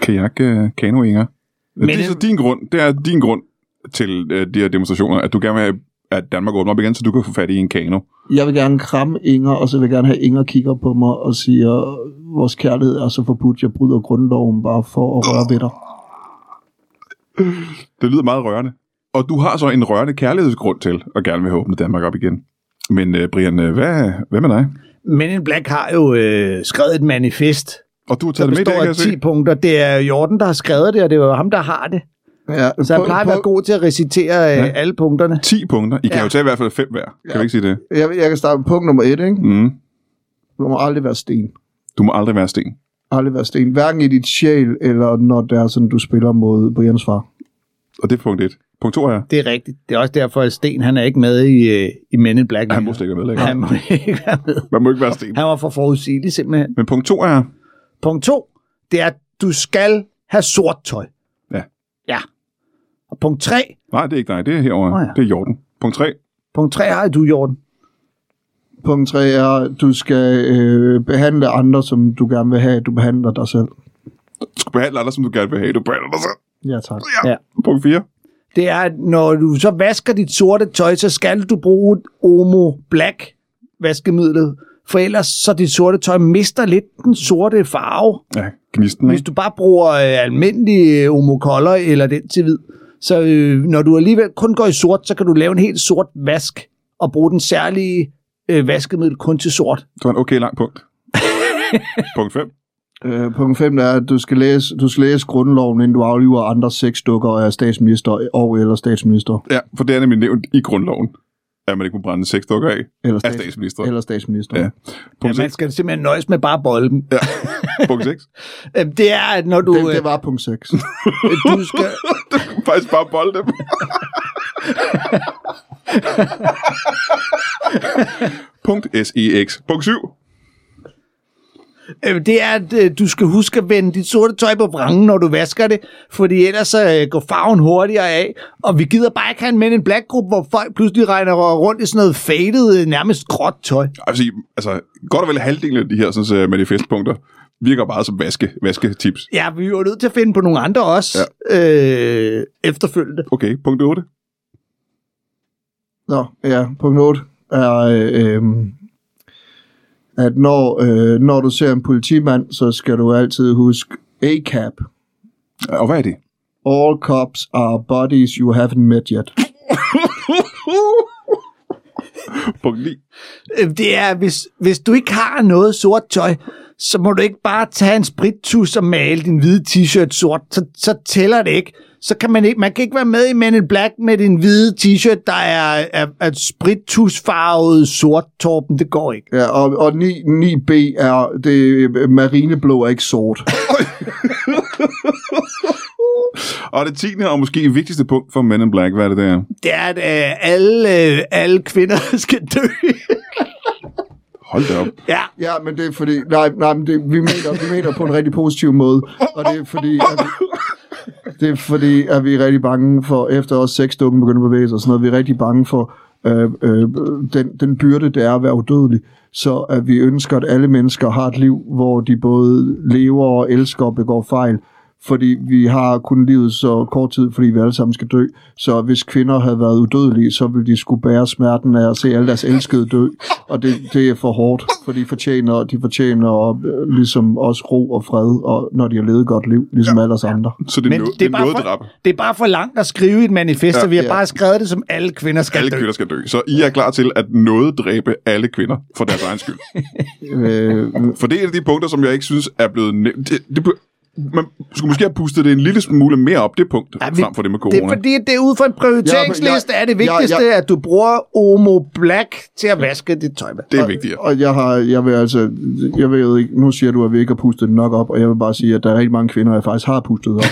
A: Kajak, øh, kano, Inger. Men, det er
B: øh,
A: så din grund, det er din grund til øh, de her demonstrationer, at du gerne vil have, at Danmark åbner op igen, så du kan få fat i en kano.
C: Jeg vil gerne kramme Inger, og så vil jeg gerne have Inger kigger på mig og siger, vores kærlighed er så forbudt, jeg bryder grundloven bare for at røre ved dig.
A: Det lyder meget rørende. Og du har så en rørende kærlighedsgrund til at gerne vil have åbnet Danmark op igen. Men øh, Brian, øh, hvad, hvad med dig?
B: Men in Black har jo øh, skrevet et manifest,
A: Og du har
B: der
A: taget det med i dag,
B: består
A: kan
B: af
A: jeg
B: 10
A: se.
B: punkter. Det er Jordan, der har skrevet det, og det er jo ham, der har det.
C: Ja,
B: Så han plejer at være god til at recitere øh,
A: Ja.
B: alle punkterne.
A: 10 punkter. I kan
B: Ja.
A: jo tage i hvert fald 5 hver. Kan
C: Ja.
A: vi ikke sige det?
C: Jeg, jeg kan starte med punkt nummer et, ikke?
A: Mm.
C: Du må aldrig være sten.
A: Du må aldrig være sten.
C: Aldrig være sten. Hverken i dit sjæl, eller når det er sådan, du spiller mod Brians far.
A: Og det er punkt 1. Punkt 2 er,
B: Det er rigtigt. Det er også derfor, at Sten han er ikke med i, øh, i Men in Black.
A: han må slet ikke være medlægger.
B: Han må ikke være med.
A: Man må ikke være sten.
B: Han var for forudsigelig simpelthen.
A: Men punkt 2 er,
B: Punkt to, det er, at du skal have sort tøj.
A: Ja.
B: Ja. Og punkt tre,
A: nej, det er ikke dig, det er herovre.
B: Nå
A: Oh,
B: ja.
A: ja. Det er Jordan. Punkt 3,
B: punkt tre har du, Jordan.
C: Punkt 3 er, at du skal øh, behandle andre, som du gerne vil have, at du behandler dig selv.
A: du skal behandle andre, som du gerne vil have. Du behandler dig selv.
C: Ja, tak.
B: Ja.
A: Punkt 4,
B: Det er, at når du så vasker dit sorte tøj, så skal du bruge Omo Black vaskemidlet. For ellers så dit sorte tøj mister lidt den sorte farve.
A: ja, gnisten,
B: Hvis
A: ikke?
B: du bare bruger øh, almindelig øh, Omo Color eller den til hvid, så øh, når du alligevel kun går i sort, så kan du lave en helt sort vask og bruge den særlige øh, vaskemiddel kun til sort.
A: Det var en okay lang punkt. punkt 5,
C: Øh, punkt 5 er, at du skal, læse, du skal læse grundloven, inden du afliver andre seks dukker af statsminister og eller statsminister.
A: ja, for det er nemlig nævnt i grundloven, at man ikke må brænde seks dukker af
C: Eller,
A: af
C: stats-
A: statsminister.
C: eller statsminister.
A: Ja.
B: Ja,
A: Punkt
B: man
A: 6,
B: skal simpelthen nøjes med bare at bolde dem.
A: punkt 6.
B: Øh, Det er, at når du...
C: Det, det
B: øh,
C: var punkt 6.
B: du skal,
A: Du kan faktisk bare bolde dem. punkt SEX. Punkt 7.
B: øh, det er, at øh, du skal huske at vende dit sorte tøj på vrangen, når du vasker det, fordi ellers så øh, går farven hurtigere af, og vi gider bare ikke have en Men in Black gruppe, hvor folk pludselig regner rundt i sådan noget faded, øh, nærmest gråt tøj.
A: Altså, altså, godt og vel halvdelen af de her sådan, uh, manifestpunkter virker bare som vaske, vasketips.
B: Ja, vi er jo nødt til at finde på nogle andre også, ja. øh, efterfølgende.
A: Okay, punkt 8.
C: Nå, ja. Punkt 8 er, øh, øh, at når, øh, når du ser en politimand, så skal du altid huske A-cap.
A: Og hvad er det?
C: All cops are buddies you haven't met yet.
A: Punkt 9.
B: Øh, Det er, hvis, hvis du ikke har noget sort tøj, så må du ikke bare tage en sprittus og male din hvide t-shirt sort, så, så tæller det ikke. Så kan man ikke, man kan ikke være med i Men in Black med din hvide t-shirt, der er, er, er sprittusfarvet sort, Torben, det går ikke.
C: Ja, og, og 9, 9B er, det marineblå er ikke sort.
A: Og det tiende og måske vigtigste punkt for Men in Black, hvad er det der?
B: Det er, at øh, alle, øh, alle kvinder skal dø.
A: Hold da op.
B: ja,
C: Ja, men det er fordi, nej, nej, men det, vi, mener, vi mener på en rigtig positiv måde, og det er fordi, at vi, det er fordi, at vi er rigtig bange for, efter også sexdukken begynder at bevæge sig og sådan noget, vi er rigtig bange for øh, øh, den, den byrde, det er at være udødelig, så at vi ønsker, at alle mennesker har et liv, hvor de både lever og elsker og begår fejl, fordi vi har kun livet så kort tid, fordi vi alle sammen skal dø. Så hvis kvinder havde været udødelige, så ville de skulle bære smerten af at se alle deres elskede dø. Og det, det er for hårdt, for de fortjener, de fortjener øh, ligesom også ro og fred, og når de har levet et godt liv, ligesom ja. alle os andre.
A: Så det er,
B: Men
A: nå,
B: det er, bare
A: noget
B: for, det er bare for langt at skrive i et manifest, ja, og vi har
C: ja.
B: ja. bare skrevet det, som alle kvinder skal
A: Alle
B: dø.
A: kvinder skal dø. Så I er klar til at noget dræbe alle kvinder for deres egen skyld.
C: Øh,
A: For det er et af de punkter, som jeg ikke synes er blevet nævnt. Det, det, blev- man skulle måske have pustet det en lille smule mere op, det punkt, ja,
B: Ja,
A: men,
B: men
A: frem for det med corona.
B: Det er fordi, det er ud fra en prioriteringsliste,
C: Ja, men jeg-
B: er det
C: jeg- jeg-
B: vigtigste, ja, ja. at du bruger Omo Black til at vaske dit tøj med.
A: det er vigtigere.
C: Og jeg har, jeg vil altså, jeg ved ikke, nu siger du, at vi ikke har pustet den nok op, og jeg vil bare sige, at der er rigtig mange kvinder, jeg faktisk har pustet op.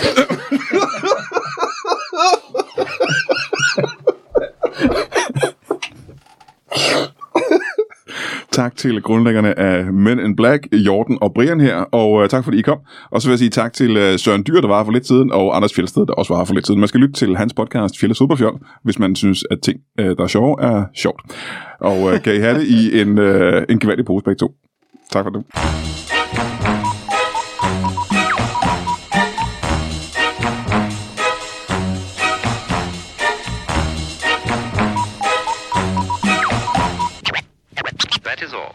A: Tak til grundlæggerne af Men in Black, Jorten og Brian her, og uh, tak fordi I kom. Og så vil jeg sige tak til uh, Søren Dyr, der var her for lidt siden, og Anders Fjeldsted, der også var her for lidt siden. Man skal lytte til hans podcast, Fjeldes Fodboldfjold, hvis man synes, at ting, uh, der er sjove, er sjovt. Og uh, kan I have det i en, uh, en gevaldig pose begge to. Tak for det.
F: That is all.